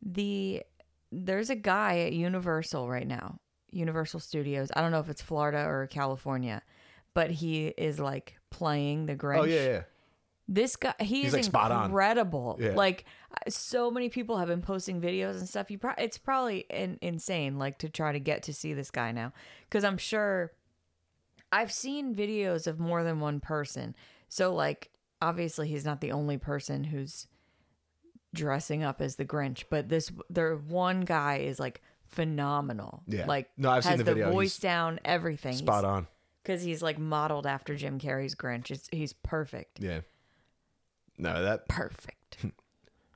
Speaker 1: The there's a guy at Universal right now, Universal Studios. I don't know if it's Florida or California, but he is like playing the Grinch.
Speaker 2: oh yeah yeah.
Speaker 1: This guy, he
Speaker 2: He's,
Speaker 1: is
Speaker 2: like, spot on.
Speaker 1: incredible.
Speaker 2: Yeah.
Speaker 1: Like so many people have been posting videos and stuff. You pro- it's probably in- insane like to try to get to see this guy now cuz I'm sure I've seen videos of more than one person. So like obviously he's not the only person who's dressing up as the Grinch, but this their one guy is like phenomenal.
Speaker 2: Yeah.
Speaker 1: Like
Speaker 2: No, I've seen
Speaker 1: has
Speaker 2: the video.
Speaker 1: voice
Speaker 2: He's
Speaker 1: down, everything.
Speaker 2: Spot on.
Speaker 1: Cuz he's like modeled after Jim Carrey's Grinch. It's, he's perfect.
Speaker 2: Yeah. No, that
Speaker 1: Perfect.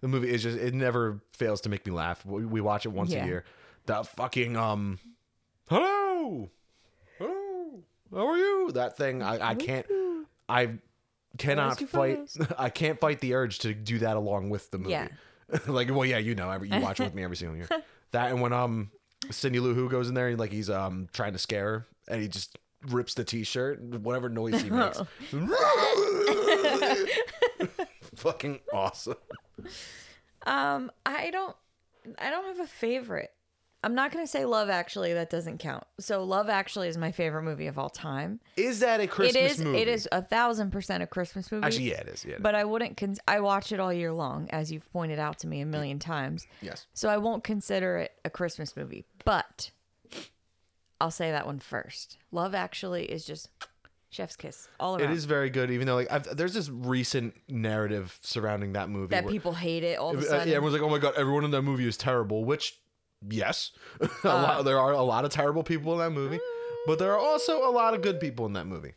Speaker 2: The movie is just it never fails to make me laugh. We, we watch it once
Speaker 1: Yeah.
Speaker 2: a year. The fucking um, hello, hello, how are you? That thing I I can't I
Speaker 1: Where's
Speaker 2: cannot
Speaker 1: your
Speaker 2: fight. (laughs) I can't fight the urge to do that along with the movie.
Speaker 1: Yeah.
Speaker 2: (laughs) like well yeah you know every, you watch it with me
Speaker 1: (laughs)
Speaker 2: every single year. That and when um Cindy Lou Who goes in there and like he's um trying to scare her and he just rips the t-shirt whatever noise he makes.
Speaker 1: Oh.
Speaker 2: (laughs) fucking awesome.
Speaker 1: Um, I don't I don't have a favorite. I'm not gonna say Love Actually. That doesn't count. So Love Actually is my favorite movie of all time.
Speaker 2: Is that a Christmas
Speaker 1: it is.
Speaker 2: movie?
Speaker 1: It is a thousand percent a Christmas movie.
Speaker 2: Actually, yeah, it is. Yeah, it is.
Speaker 1: But I wouldn't. Cons- I watch it all year long, as you've pointed out to me a million times.
Speaker 2: yes.
Speaker 1: So I won't consider it a Christmas movie. But I'll say that one first. Love Actually is just chef's kiss all around.
Speaker 2: It is very good, even though like I've, there's this recent narrative surrounding that movie.
Speaker 1: that
Speaker 2: where-
Speaker 1: people hate it all of a
Speaker 2: uh,
Speaker 1: sudden.
Speaker 2: yeah, everyone's like, "Oh my god, everyone in that movie is terrible." Which, yes, (laughs) a
Speaker 1: Uh.
Speaker 2: lot, there are a lot of terrible people in that movie, but there are also a lot of good people in that movie.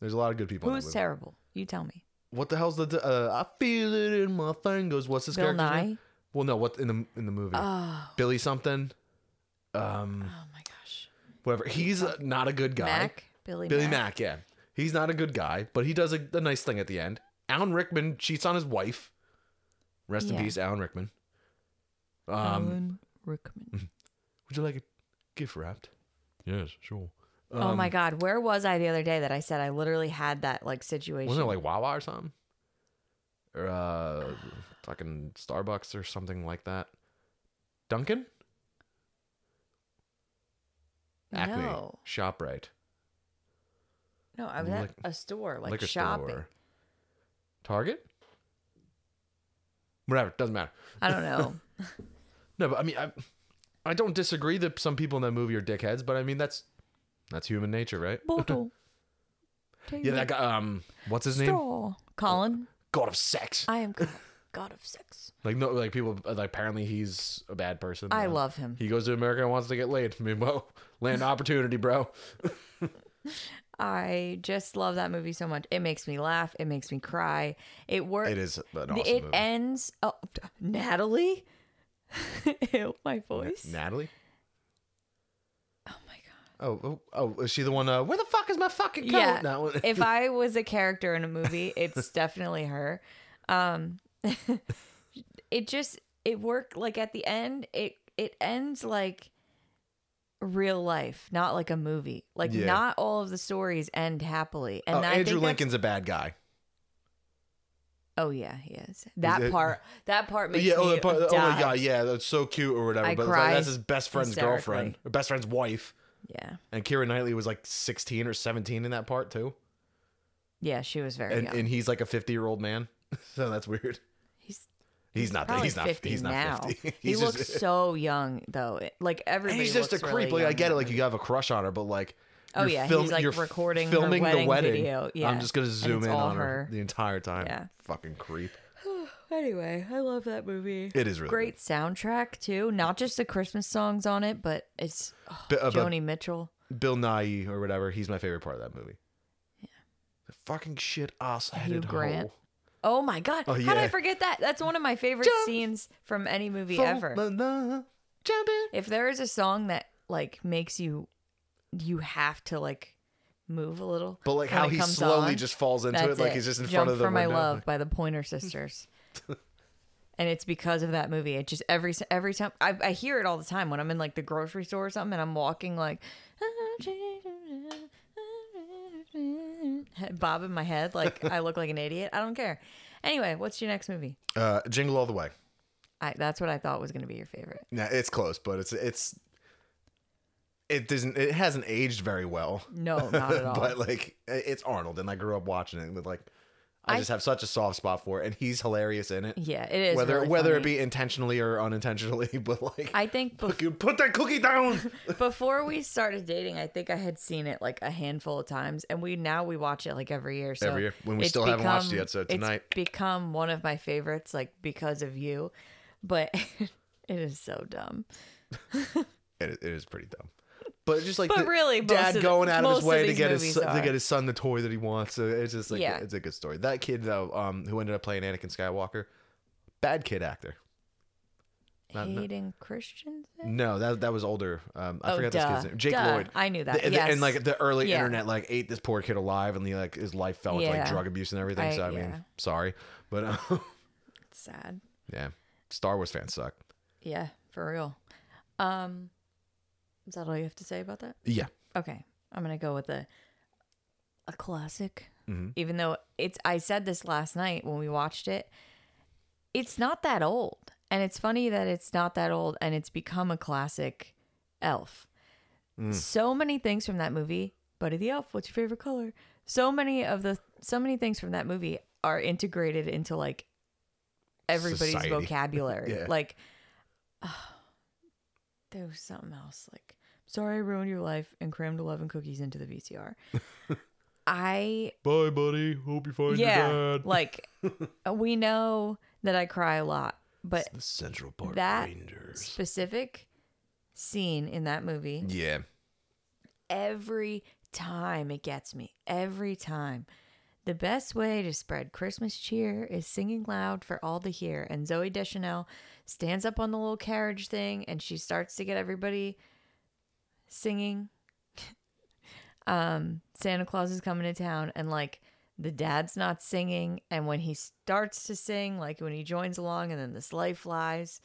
Speaker 2: There's a lot of good people. in that
Speaker 1: Who's
Speaker 2: movie.
Speaker 1: terrible? You tell me.
Speaker 2: What the hell's the? Uh, I feel it in my fingers. What's this
Speaker 1: Bill
Speaker 2: character's
Speaker 1: Nye.
Speaker 2: name? Well, no, what in the in the movie?
Speaker 1: Oh,
Speaker 2: Billy something. Um,
Speaker 1: oh my gosh.
Speaker 2: whatever. He's uh, not a good guy.
Speaker 1: Mac. Billy.
Speaker 2: Billy
Speaker 1: Mac.
Speaker 2: Mack, yeah. He's not a good guy, but he does a, a nice thing at the end. Alan Rickman cheats on his wife. Rest
Speaker 1: Yeah.
Speaker 2: in peace, Alan Rickman. Um,
Speaker 1: Alan Rickman.
Speaker 2: Would you like a gift wrapped? Um, Yes, sure.
Speaker 1: oh my God, where was I the other day that I said I literally had that like situation?
Speaker 2: Wasn't it like Wawa or something? Or uh, fucking Starbucks or something like that? Duncan? Acme.
Speaker 1: No,
Speaker 2: ShopRite.
Speaker 1: no, I was at
Speaker 2: Lick-
Speaker 1: a store like
Speaker 2: liquor
Speaker 1: shopping.
Speaker 2: store. Target? Whatever, doesn't matter.
Speaker 1: I don't know.
Speaker 2: No, but I mean, I, I don't disagree that some people in that movie are dickheads, but I mean that's that's human nature, right?
Speaker 1: (laughs) Bottle. Take
Speaker 2: (laughs) Yeah,
Speaker 1: the
Speaker 2: that guy. Um, what's his name?
Speaker 1: straw. Colin,
Speaker 2: God of Sex.
Speaker 1: I am God, God of
Speaker 2: (laughs)
Speaker 1: sex.
Speaker 2: Like no, like people. Like, apparently, he's a bad person.
Speaker 1: I
Speaker 2: Uh,
Speaker 1: love him.
Speaker 2: He goes to America and wants to get laid. (laughs) I mean, well, land opportunity, bro.
Speaker 1: I just love that movie so much. It makes me laugh. It makes me cry. It works.
Speaker 2: is an
Speaker 1: The- it ends. Oh, (laughs) Natalie. (laughs) Ew, my voice.
Speaker 2: Natalie.
Speaker 1: oh my god.
Speaker 2: Oh, oh, oh, is she the one? Uh, where the fuck is my fucking coat?
Speaker 1: Yeah.
Speaker 2: That one. (laughs)
Speaker 1: if I was a character in a movie, it's definitely her. Um, (laughs) it just it worked like at the end it it ends like real life, not like a movie. Like
Speaker 2: Yeah.
Speaker 1: not all of the stories end happily. And
Speaker 2: oh,
Speaker 1: I
Speaker 2: Andrew
Speaker 1: think that's-
Speaker 2: Lincoln's a bad guy.
Speaker 1: Oh yeah, he is. That
Speaker 2: it-
Speaker 1: part. That part makes
Speaker 2: yeah.
Speaker 1: me
Speaker 2: Oh, that part-
Speaker 1: die.
Speaker 2: oh my god. Yeah, that's so cute or whatever.
Speaker 1: I
Speaker 2: but it's like,
Speaker 1: cry
Speaker 2: that's his best friend's
Speaker 1: hysterically.
Speaker 2: girlfriend, or best friend's wife.
Speaker 1: Yeah.
Speaker 2: And Kira Knightley was like 16 or 17 in that part too.
Speaker 1: Yeah, she was very
Speaker 2: and,
Speaker 1: young.
Speaker 2: and he's like a 50 year old man. (laughs) So that's weird.
Speaker 1: he's
Speaker 2: He's not.
Speaker 1: probably
Speaker 2: He's not.
Speaker 1: 50
Speaker 2: He's not
Speaker 1: now.
Speaker 2: (laughs) 50.
Speaker 1: he
Speaker 2: He's
Speaker 1: looks
Speaker 2: just-
Speaker 1: so young though. It- Like everybody.
Speaker 2: And he's just a
Speaker 1: looks
Speaker 2: creep.
Speaker 1: really
Speaker 2: like I
Speaker 1: young
Speaker 2: get it.
Speaker 1: in
Speaker 2: Like you have a crush on her, but like,
Speaker 1: Oh,
Speaker 2: you're
Speaker 1: yeah, he's,
Speaker 2: film-
Speaker 1: like,
Speaker 2: you're f-
Speaker 1: recording her
Speaker 2: filming the
Speaker 1: wedding
Speaker 2: wedding.
Speaker 1: video, yeah,
Speaker 2: I'm just gonna
Speaker 1: and it's
Speaker 2: zoom in
Speaker 1: all
Speaker 2: on her.
Speaker 1: her.
Speaker 2: the entire time.
Speaker 1: Yeah.
Speaker 2: Fucking creep.
Speaker 1: Anyway, I love that movie.
Speaker 2: It is really
Speaker 1: great soundtrack too. Not just the Christmas songs on it, but it's oh,
Speaker 2: B- uh, but-
Speaker 1: Joni Mitchell.
Speaker 2: Bill Nye or whatever. He's my favorite part of that movie. The fucking shit ass headed
Speaker 1: Grant.
Speaker 2: hole.
Speaker 1: Oh my god!
Speaker 2: Oh,
Speaker 1: How did I
Speaker 2: yeah.
Speaker 1: forget that? That's one of my favorite
Speaker 2: Jump
Speaker 1: scenes from any movie
Speaker 2: Fall
Speaker 1: ever.
Speaker 2: in love, jump in.
Speaker 1: if there is a song that like makes you, you have to like move a little.
Speaker 2: But like
Speaker 1: when
Speaker 2: how
Speaker 1: it
Speaker 2: he
Speaker 1: comes
Speaker 2: slowly
Speaker 1: on,
Speaker 2: just falls into
Speaker 1: that's
Speaker 2: it, like he's just in
Speaker 1: Jump
Speaker 2: front of the
Speaker 1: for my
Speaker 2: window.
Speaker 1: love by the Pointer
Speaker 2: (laughs)
Speaker 1: Sisters. And it's because of that movie. It just every every time I, I hear it all the time when I'm in like the grocery store or something, and I'm walking like (laughs) bobbing my head like I look like an idiot. I don't care. Anyway, what's your next movie?
Speaker 2: Uh, Jingle all the way.
Speaker 1: I, that's what I thought was going to be your favorite.
Speaker 2: Nah, it's close, but it's it's it doesn't it hasn't aged very well.
Speaker 1: No, not
Speaker 2: (laughs)
Speaker 1: at all.
Speaker 2: but like i- it's Arnold, and I grew up watching it with like I,
Speaker 1: I-
Speaker 2: just have such a soft spot for it, and he's hilarious in it.
Speaker 1: yeah, it is.
Speaker 2: whether
Speaker 1: really
Speaker 2: whether it
Speaker 1: funny.
Speaker 2: be intentionally or unintentionally, (laughs) but like
Speaker 1: I think bef-
Speaker 2: fucking put that cookie
Speaker 1: (laughs)
Speaker 2: down.
Speaker 1: before we started dating, I think I had seen it like a handful of times, and we now we watch it like every year. So
Speaker 2: Every year, when we
Speaker 1: it's
Speaker 2: still haven't watched it
Speaker 1: become-
Speaker 2: yet, so tonight.
Speaker 1: it's become one of my favorites, like because of you. But (laughs) it is so dumb.
Speaker 2: it, it is pretty dumb. But just like
Speaker 1: But
Speaker 2: the
Speaker 1: really, most of
Speaker 2: dad
Speaker 1: the-
Speaker 2: going out
Speaker 1: most
Speaker 2: of
Speaker 1: of
Speaker 2: his way to
Speaker 1: these
Speaker 2: get his
Speaker 1: movies
Speaker 2: son, to
Speaker 1: are.
Speaker 2: get his son the toy that he wants. So it's just like
Speaker 1: Yeah.
Speaker 2: it's a good story. That kid though, um, who ended up playing Anakin Skywalker, bad kid actor. Not- not-
Speaker 1: Hayden Christensen.
Speaker 2: No, that that was older. Um, I
Speaker 1: Oh,
Speaker 2: forgot
Speaker 1: duh.
Speaker 2: this kid's name. Jake
Speaker 1: Duh.
Speaker 2: Lloyd.
Speaker 1: I knew that.
Speaker 2: The- the-
Speaker 1: Yes.
Speaker 2: And like the early
Speaker 1: Yeah.
Speaker 2: internet, like ate this poor kid alive, and he like his life fell into like
Speaker 1: Yeah.
Speaker 2: drug abuse and everything.
Speaker 1: I-
Speaker 2: so I
Speaker 1: yeah.
Speaker 2: mean, sorry, but um, (laughs)
Speaker 1: It's sad.
Speaker 2: yeah, Star Wars fans suck.
Speaker 1: Yeah, for real. Um, is that all you have to say about that?
Speaker 2: Yeah,
Speaker 1: Okay, I'm gonna go with a a classic.
Speaker 2: Mhm.
Speaker 1: Even though it's, I said this last night when we watched it. It's not that old, and it's funny that it's not that old, and it's become a classic. Elf. So many things from that movie. Buddy the Elf. What's your favorite color? So many of the so many things from that movie are integrated into like everybody's
Speaker 2: Society.
Speaker 1: vocabulary.
Speaker 2: Yeah.
Speaker 1: Like (sighs) oh, there was something else. Like sorry I ruined your life and crammed eleven cookies into the VCR. I
Speaker 2: bye, buddy. Hope you find
Speaker 1: yeah,
Speaker 2: your dad.
Speaker 1: like uh, we know that I cry a lot, but
Speaker 2: the Central Park
Speaker 1: that-
Speaker 2: Rangers.
Speaker 1: specific scene in that movie
Speaker 2: Yeah,
Speaker 1: every time it gets me every time the best way to spread christmas cheer is singing loud for all to hear and zoe deschanel stands up on the little carriage thing and she starts to get everybody singing (laughs) um santa claus is coming to town and like the dad's not singing and when he starts to sing like when he joins along and then the sleigh flies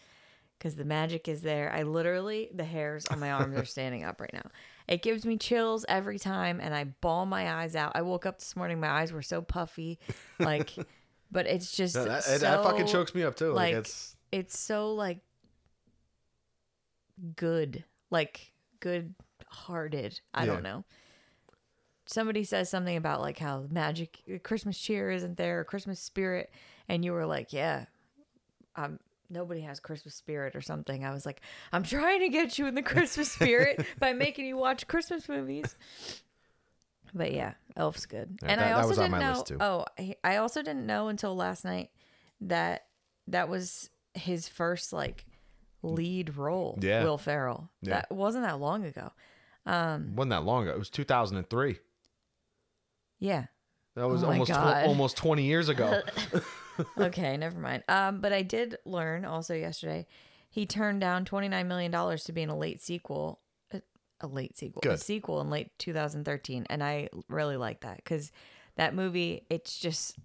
Speaker 1: because the magic is there. I literally, the hairs on my
Speaker 2: (laughs)
Speaker 1: arms are standing up right now. It gives me chills every time, and I bawl my eyes out. I woke up this morning, my eyes were so puffy,
Speaker 2: (laughs)
Speaker 1: like, but it's just
Speaker 2: No, that,
Speaker 1: so,
Speaker 2: that fucking chokes me up too. Like,
Speaker 1: like,
Speaker 2: it's
Speaker 1: It's so like good, like good hearted. I
Speaker 2: Yeah.
Speaker 1: don't know. Somebody says something about like how magic Christmas cheer isn't there or Christmas spirit, and you were like, yeah, um, nobody has Christmas spirit or something. I was like, I'm trying to get you in the Christmas
Speaker 2: (laughs)
Speaker 1: spirit by making you watch Christmas movies. But yeah, Elf's good,
Speaker 2: Yeah,
Speaker 1: and
Speaker 2: that-
Speaker 1: I
Speaker 2: that
Speaker 1: also
Speaker 2: was on
Speaker 1: didn't
Speaker 2: my
Speaker 1: know.
Speaker 2: list, too.
Speaker 1: Oh, I, I also didn't know until last night that that was his first like lead role.
Speaker 2: Yeah.
Speaker 1: Will Ferrell.
Speaker 2: Yeah.
Speaker 1: That wasn't that long ago.
Speaker 2: wasn't that long ago. It was 2003.
Speaker 1: Yeah.
Speaker 2: That was
Speaker 1: Oh my
Speaker 2: almost tw-
Speaker 1: God.
Speaker 2: almost 20
Speaker 1: (laughs)
Speaker 2: years ago.
Speaker 1: Okay, never mind. Um, but I did learn also yesterday he turned down twenty nine million dollars to be in a late sequel, a, a late sequel, a
Speaker 2: Good.
Speaker 1: sequel in late two thousand thirteen, and I really like that because that movie, it's just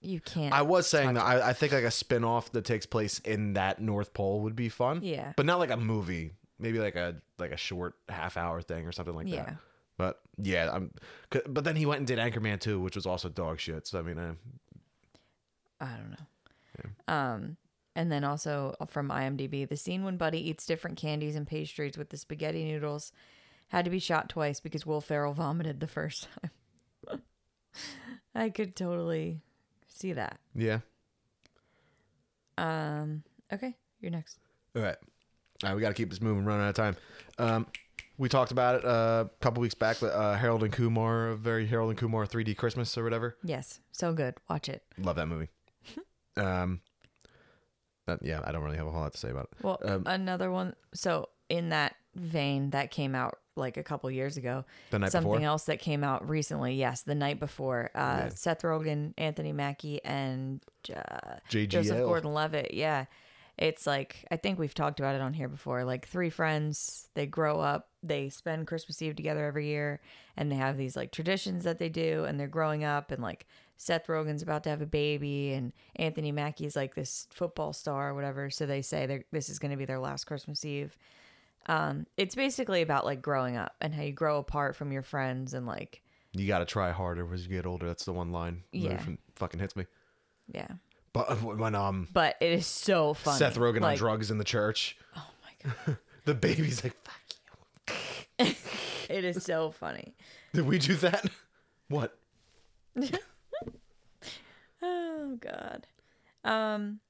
Speaker 1: you can't.
Speaker 2: I was saying that I, I think like a spin off that takes place in that North Pole would be fun.
Speaker 1: Yeah.
Speaker 2: But not like a movie. Maybe like a like a short half hour thing or something like
Speaker 1: Yeah.
Speaker 2: that. But yeah, I'm. 'cause- But then he went and did Anchorman 2, which was also dog shit. So I mean, uh,
Speaker 1: I don't know. Um, and then also uh, from IMDb, the scene when Buddy eats different candies and pastries with the spaghetti noodles had to be shot twice because Will Ferrell vomited the first time. (laughs) I could totally see that.
Speaker 2: Yeah.
Speaker 1: Um, okay, you're next.
Speaker 2: All right. All right, we got to keep this moving. Running out of time. Um, we talked about it uh, a couple weeks back. But, uh, Harold and Kumar, a very Harold and Kumar 3D Christmas or whatever.
Speaker 1: Yes, so good. Watch it.
Speaker 2: Love that movie. (laughs) um, that, yeah, I don't really have a whole lot to say about it.
Speaker 1: Well,
Speaker 2: Um,
Speaker 1: another one. So in that vein, that came out like a couple years ago.
Speaker 2: The night
Speaker 1: Something
Speaker 2: before.
Speaker 1: else that came out recently. Yes, the night before. Uh, Seth Rogen, Anthony Mackie, and uh,
Speaker 2: JGL.
Speaker 1: Joseph Gordon-Levitt. Yeah, it's like I think we've talked about it on here before. Like three friends, they grow up, they spend Christmas Eve together every year, and they have these like traditions that they do, and they're growing up, and like Seth Rogen's about to have a baby, and Anthony Mackie's like this football star or whatever. So they say they're- this is going to be their last Christmas Eve. Um, it's basically about like growing up and how you grow apart from your friends and like
Speaker 2: You got to try harder as you get older. That's the one line that
Speaker 1: Yeah.
Speaker 2: f- fucking hits me.
Speaker 1: yeah.
Speaker 2: But uh, when um,
Speaker 1: But it is so funny.
Speaker 2: Seth Rogen on
Speaker 1: Like,
Speaker 2: drugs in the church,
Speaker 1: Oh my
Speaker 2: (laughs)
Speaker 1: god.
Speaker 2: the baby's like, fuck you.
Speaker 1: It is so funny.
Speaker 2: Did we do that? (laughs) what?
Speaker 1: Oh God. Um.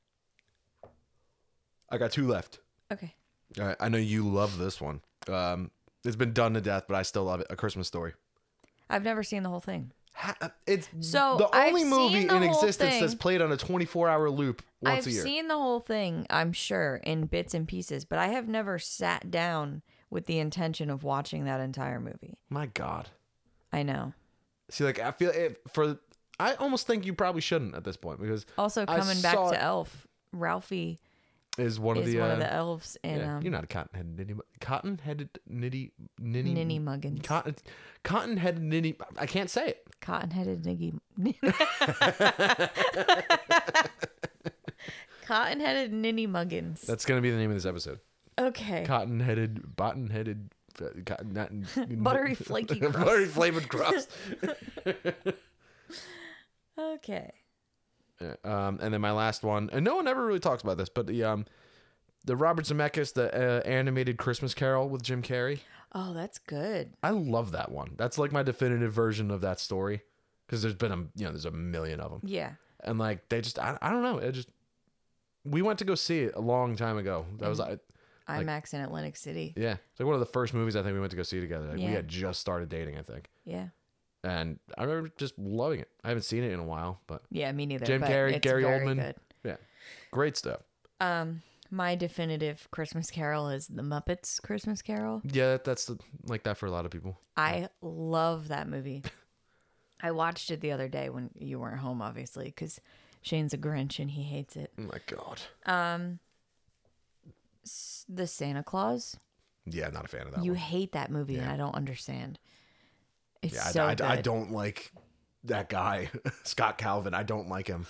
Speaker 2: I got two left.
Speaker 1: Okay.
Speaker 2: All right, I know you love this one. Um, it's been done to death, but I still love it. A Christmas Story.
Speaker 1: I've never seen the whole thing.
Speaker 2: Ha- uh, It's
Speaker 1: So,
Speaker 2: the
Speaker 1: I've
Speaker 2: only
Speaker 1: seen
Speaker 2: movie
Speaker 1: the whole
Speaker 2: in existence
Speaker 1: thing.
Speaker 2: that's played on a 24-hour loop once
Speaker 1: I've
Speaker 2: a year.
Speaker 1: seen the whole thing, I'm sure, in bits and pieces, but I have never sat down with the intention of watching that entire movie.
Speaker 2: My God.
Speaker 1: I know.
Speaker 2: See, like I feel it for. I almost think you probably shouldn't at this point because
Speaker 1: Also,
Speaker 2: I
Speaker 1: coming back
Speaker 2: saw
Speaker 1: to
Speaker 2: it-
Speaker 1: Elf, Ralphie
Speaker 2: is one of
Speaker 1: is
Speaker 2: the
Speaker 1: one
Speaker 2: uh,
Speaker 1: of the elves in
Speaker 2: yeah,
Speaker 1: um,
Speaker 2: you're not a cotton-headed nitty, cotton-headed nitty ninny
Speaker 1: Ninny Muggins.
Speaker 2: cotton cotton-headed ninny. I can't say it.
Speaker 1: Cotton-headed (laughs) Niggy.
Speaker 2: (laughs)
Speaker 1: Cotton-headed Ninny Muggins.
Speaker 2: That's gonna be the name of this episode.
Speaker 1: okay.
Speaker 2: Cotton-headed, button-headed, uh, cotton, not,
Speaker 1: (laughs)
Speaker 2: (laughs)
Speaker 1: Buttery flaky crust.
Speaker 2: buttery
Speaker 1: (laughs)
Speaker 2: flavored crust.
Speaker 1: okay.
Speaker 2: Yeah, Um, and then my last one, and no one ever really talks about this, but the um, the Robert Zemeckis, the uh, animated Christmas Carol with Jim Carrey.
Speaker 1: Oh, that's good.
Speaker 2: I love that one. That's like my definitive version of that story because there's been a you know there's a million of them,
Speaker 1: Yeah.
Speaker 2: and like they just I, I don't know it just we went to go see it a long time ago. That was like
Speaker 1: IMAX in Atlantic City.
Speaker 2: yeah, it's like one of the first movies I think we went to go see together. Like,
Speaker 1: Yeah.
Speaker 2: We had just started dating, I think,
Speaker 1: Yeah.
Speaker 2: and I remember just loving it. I haven't seen it in a while, but
Speaker 1: Yeah, me neither.
Speaker 2: Jim
Speaker 1: but
Speaker 2: Carrey,
Speaker 1: it's
Speaker 2: Gary
Speaker 1: very
Speaker 2: Oldman.
Speaker 1: good.
Speaker 2: yeah, great stuff.
Speaker 1: Um, my definitive Christmas Carol is The Muppets Christmas Carol.
Speaker 2: Yeah, that, that's the, like that for a lot of people.
Speaker 1: I love that movie. I watched it the other day when you weren't home, obviously, because Shane's a Grinch and he hates it.
Speaker 2: Oh my god.
Speaker 1: S- The Santa Claus,
Speaker 2: Yeah, not a fan of that
Speaker 1: you
Speaker 2: one.
Speaker 1: hate that movie, and I don't understand. It's
Speaker 2: Yeah, I-
Speaker 1: so
Speaker 2: I,
Speaker 1: good.
Speaker 2: I don't like that guy, (laughs) Scott Calvin. I don't
Speaker 1: (laughs)
Speaker 2: like him.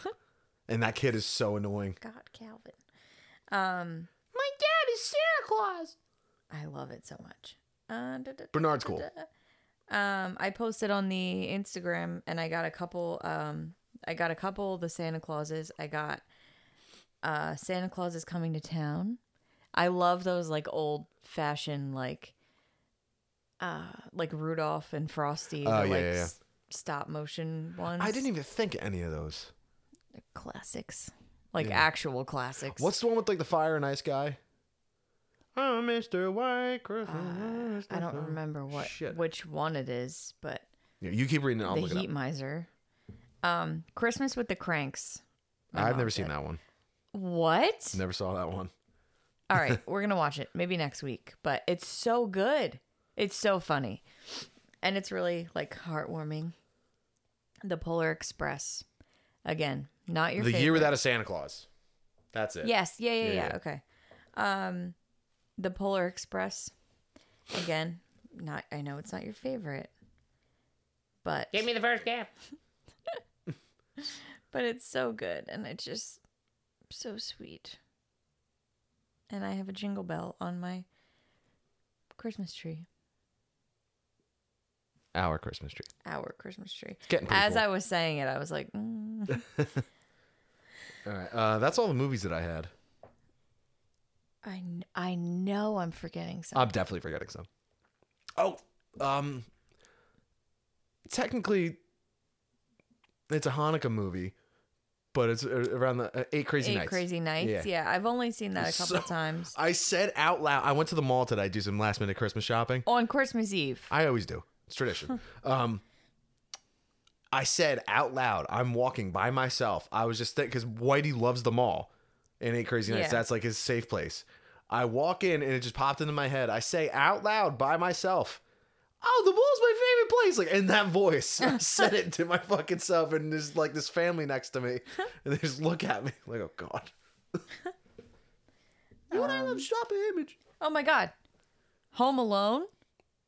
Speaker 2: and that kid is so annoying.
Speaker 1: God, Calvin. Um,
Speaker 2: My dad is Santa Claus.
Speaker 1: I love it so much. Uh, da- da-
Speaker 2: Bernard's cool.
Speaker 1: Um, I posted on the Instagram and I got a couple. Um, I got a couple of the Santa Clauses. I got uh, Santa Claus is coming to town. I love those like old fashioned like uh like Rudolph and Frosty,
Speaker 2: Oh,
Speaker 1: the, like
Speaker 2: yeah, yeah, yeah.
Speaker 1: s- stop motion ones.
Speaker 2: I didn't even think of any of those.
Speaker 1: They're classics. Like actual classics.
Speaker 2: What's the one with like the fire and ice guy? Oh, Mr. White Christmas.
Speaker 1: Uh, I don't remember what
Speaker 2: Shit.
Speaker 1: which one it is, but
Speaker 2: Yeah, you keep reading it. I'll
Speaker 1: the
Speaker 2: look it
Speaker 1: Heat
Speaker 2: up.
Speaker 1: Miser. Um, Christmas with the Cranks. My
Speaker 2: I've
Speaker 1: mom
Speaker 2: never
Speaker 1: said.
Speaker 2: seen that one.
Speaker 1: What?
Speaker 2: Never saw that one.
Speaker 1: All
Speaker 2: (laughs)
Speaker 1: right, we're gonna watch it maybe next week, but it's so good. It's so funny, and it's really like heartwarming. The Polar Express, again, not your
Speaker 2: the
Speaker 1: favorite.
Speaker 2: Year Without a Santa Claus. That's it.
Speaker 1: Yes, yeah, yeah,
Speaker 2: Yeah,
Speaker 1: yeah.
Speaker 2: yeah.
Speaker 1: Okay. Um, the Polar Express, again, not. I know it's not your favorite, but
Speaker 3: Give me the first gap.
Speaker 1: (laughs) but it's so good and it's just so sweet. And I have a jingle bell on my Christmas tree,
Speaker 2: Our Christmas tree.
Speaker 1: our Christmas tree.
Speaker 2: It's getting pretty
Speaker 1: As
Speaker 2: cool.
Speaker 1: I was saying it, I was like,
Speaker 2: (laughs)
Speaker 1: mm.
Speaker 2: All right. Uh, that's all the movies that I had.
Speaker 1: I, kn- I know I'm forgetting something.
Speaker 2: I'm definitely forgetting some. Oh, um, technically, It's a Hanukkah movie, but it's uh, around the uh, Eight Crazy
Speaker 1: Eight
Speaker 2: Nights.
Speaker 1: Crazy Nights. Yeah.
Speaker 2: Yeah.
Speaker 1: I've only seen that a couple
Speaker 2: So-
Speaker 1: of times.
Speaker 2: I said out loud. I went to the mall today. Do some last minute Christmas shopping.
Speaker 1: On Christmas Eve.
Speaker 2: I always do. It's tradition. um, I said out loud, I'm walking by myself. I was just thinking because Whitey loves the mall in Eight Crazy Nights.
Speaker 1: Yeah.
Speaker 2: That's like his safe place. I walk in and it just popped into my head. I say out loud by myself, Oh, the mall's my favorite place. Like in that voice, I said it to my fucking self. And there's like this family next to me. And they just look at me like, Oh, God. you and I love shopping image.
Speaker 1: Oh my God. Home Alone?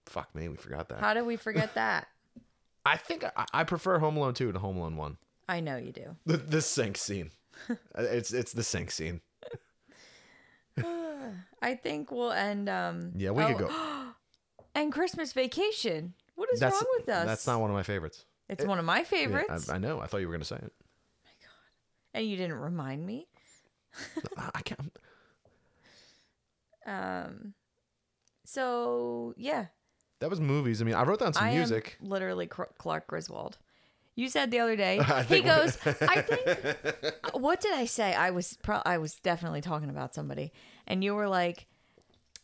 Speaker 2: Fuck me, we forgot that.
Speaker 1: How did we forget that?
Speaker 2: I think I, I prefer Home Alone 2 to Home Alone 1.
Speaker 1: I know you
Speaker 2: (sighs)
Speaker 1: do.
Speaker 2: The, the sink scene. Uh, it's it's the sink scene.
Speaker 1: I think we'll end. Um,
Speaker 2: Yeah, we
Speaker 1: oh,
Speaker 2: could go.
Speaker 1: (gasps) And Christmas Vacation. What is
Speaker 2: That's
Speaker 1: wrong with us?
Speaker 2: that's not one of my favorites.
Speaker 1: It's one of my
Speaker 2: Yeah, I-
Speaker 1: favorites.
Speaker 2: I, know. I thought you were gonna say it.
Speaker 1: and you didn't remind me.
Speaker 2: I I can't.
Speaker 1: Um, so, yeah.
Speaker 2: That was movies. I mean, I wrote down some
Speaker 1: I
Speaker 2: music.
Speaker 1: am literally Cr- Clark Griswold. You said the other day,
Speaker 2: (laughs) I
Speaker 1: he
Speaker 2: think we-
Speaker 1: goes, I think,
Speaker 2: (laughs)
Speaker 1: what did I say? I was pro- I was definitely talking about somebody. And you were like,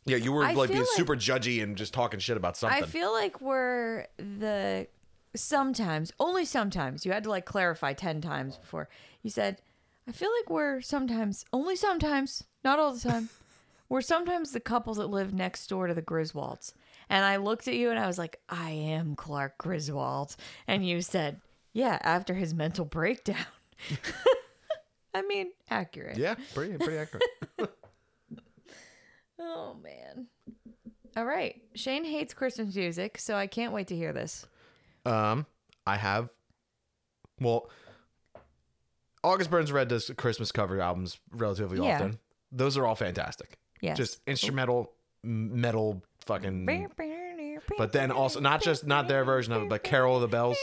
Speaker 2: Yeah, you were
Speaker 1: I
Speaker 2: like
Speaker 1: feel
Speaker 2: being
Speaker 1: like-
Speaker 2: super judgy and just talking shit about something.
Speaker 1: I feel like we're the sometimes, only sometimes, you had to like clarify 10 times before. You said, I feel like we're sometimes, only sometimes, not all the time, (laughs) we're sometimes the couple that live next door to the Griswolds. And I looked at you and I was like, I am Clark Griswold. And you said, Yeah, after his mental breakdown. (laughs) I mean, accurate.
Speaker 2: yeah, pretty
Speaker 1: (laughs)
Speaker 2: pretty accurate.
Speaker 1: Oh, man. All right. Shane hates Christmas music, so I can't wait to hear this.
Speaker 2: um, I have. Well, August Burns Red does Christmas cover albums relatively
Speaker 1: Yeah.
Speaker 2: often. Those are all fantastic.
Speaker 1: Yes.
Speaker 2: Just instrumental m- metal fucking
Speaker 1: But
Speaker 2: Mm. but then also not just not their version of it, but Carol of the Bells.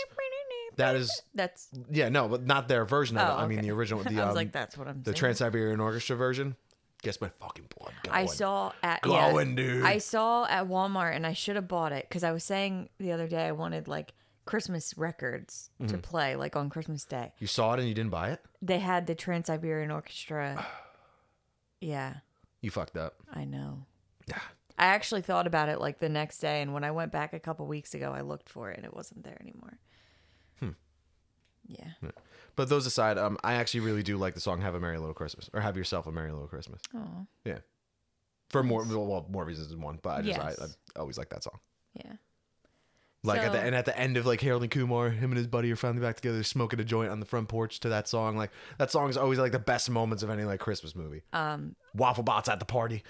Speaker 2: That is (laughs)
Speaker 1: That's.
Speaker 2: yeah, no, but not their version of
Speaker 1: Oh,
Speaker 2: it. I mean
Speaker 1: okay.
Speaker 2: the original, the
Speaker 1: (laughs) I
Speaker 2: um,
Speaker 1: was like, that's what I'm.
Speaker 2: the
Speaker 1: saying.
Speaker 2: Trans Siberian Orchestra version. Gets my fucking blood going.
Speaker 1: I saw at yeah,
Speaker 2: glowing, dude.
Speaker 1: I saw at Walmart, and I should have bought it because I was saying the other day I wanted like Christmas records
Speaker 2: Mm-hmm.
Speaker 1: to play, like on Christmas Day.
Speaker 2: you saw it and you didn't buy it.
Speaker 1: They had the Trans Siberian
Speaker 2: (sighs)
Speaker 1: Orchestra. yeah,
Speaker 2: You fucked up.
Speaker 1: I know.
Speaker 2: Yeah.
Speaker 1: I actually thought about it like the next day, and when I went back a couple weeks ago, I looked for it, and it wasn't there anymore. Hmm. Yeah.
Speaker 2: But those aside, um, I actually really do like the song "Have a Merry Little Christmas" or "Have Yourself a Merry Little Christmas."
Speaker 1: Oh.
Speaker 2: Yeah, for more well more reasons than one, but I just I,
Speaker 1: Yes.
Speaker 2: I always like that song.
Speaker 1: Yeah.
Speaker 2: Like at the
Speaker 1: So-
Speaker 2: and at the end of like Harold and Kumar, him and his buddy are finally back together, smoking a joint on the front porch to that song. Like that song is always like the best moments of any like Christmas movie.
Speaker 1: Um,
Speaker 2: Waffle Bots at the party.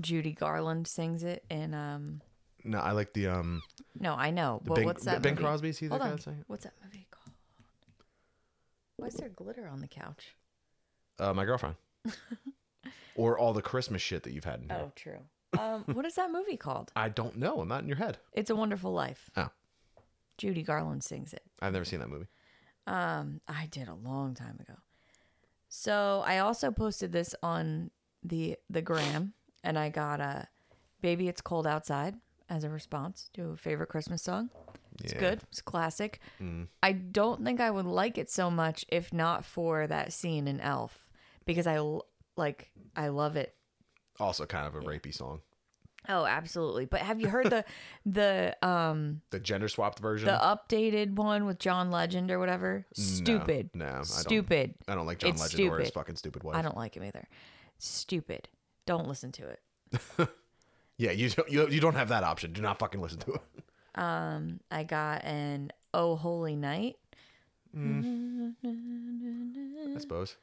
Speaker 1: Judy Garland sings it in um
Speaker 2: No, I like the um
Speaker 1: no, I know.
Speaker 2: the
Speaker 1: Well,
Speaker 2: Bing,
Speaker 1: what's that?
Speaker 2: Ben
Speaker 1: movie?
Speaker 2: Crosby. Is he the
Speaker 1: Hold
Speaker 2: guy
Speaker 1: on.
Speaker 2: that sang
Speaker 1: What's that movie called? Why is there glitter on the couch?
Speaker 2: it? Uh,
Speaker 1: (laughs)
Speaker 2: my girlfriend. or all the Christmas shit that you've had in here.
Speaker 1: Oh, true. Um, what is that movie called?
Speaker 2: I don't know. I'm not in your head.
Speaker 1: It's a Wonderful Life.
Speaker 2: Oh,
Speaker 1: Judy Garland sings it.
Speaker 2: I've never seen that movie.
Speaker 1: Um, I did a long time ago. So I also posted this on the the gram, and I got a "Baby It's Cold Outside" as a response to a favorite Christmas song. It's
Speaker 2: Yeah. Mm.
Speaker 1: good. It's classic. I don't think I would like it so much if not for that scene in Elf, because I l- like I love it.
Speaker 2: Also, kind of a rapey song.
Speaker 1: Oh, absolutely. But have you heard (laughs) the the um
Speaker 2: The gender swapped version.
Speaker 1: the updated one with John Legend or whatever? Stupid.
Speaker 2: No, I don't.
Speaker 1: stupid.
Speaker 2: I don't like John
Speaker 1: It's
Speaker 2: Legend or his
Speaker 1: stupid.
Speaker 2: fucking stupid wife.
Speaker 1: I don't like him either. Stupid. Don't listen to it.
Speaker 2: Yeah, you don't, you, you don't have that option. Do not fucking listen to it.
Speaker 1: I got an Oh Holy Night. Mm.
Speaker 2: I suppose.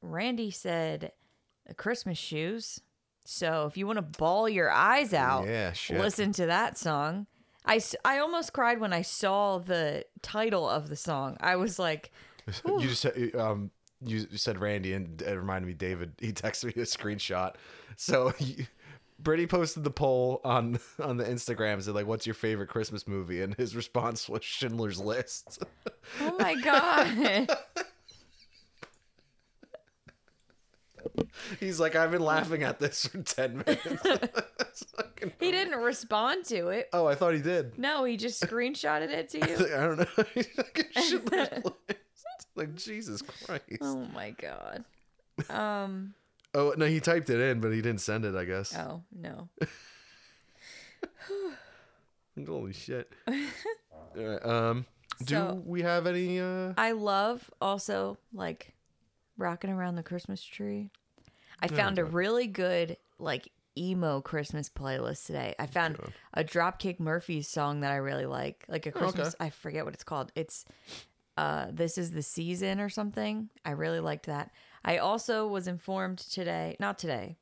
Speaker 1: Randy said the Christmas shoes. So if you want to ball your eyes out,
Speaker 2: Yeah, shit.
Speaker 1: listen to that song. I, s- I almost cried when I saw the title of the song. I was like,
Speaker 2: (laughs) You just said, um, you said Randy, and it reminded me, David. He texted me a screenshot. So, (laughs) you, Brittany posted the poll on on the Instagram. Said like, "What's your favorite Christmas movie?" And his response was Schindler's List. (laughs)
Speaker 1: oh my God. (laughs) (laughs)
Speaker 2: He's like, "I've been laughing at this for ten minutes." (laughs) It's fucking-
Speaker 1: He didn't respond to it.
Speaker 2: oh, I thought he did.
Speaker 1: No, he just screenshotted it to
Speaker 2: (laughs) I
Speaker 1: you.
Speaker 2: don't know. He's
Speaker 1: (laughs)
Speaker 2: like, shit list. like Jesus Christ.
Speaker 1: Oh my god. Um.
Speaker 2: Oh no, he typed it in, but he didn't send it. I guess.
Speaker 1: Oh no. (laughs)
Speaker 2: Holy shit. All right, um, do
Speaker 1: So-
Speaker 2: we have any? Uh...
Speaker 1: I love also like rocking around the Christmas tree. I found a really good like emo Christmas playlist today. I found a Dropkick Murphys song that I really like. Like a Christmas I forget what it's called. It's uh This is the Season or something. I really liked that. I also was informed today, not today,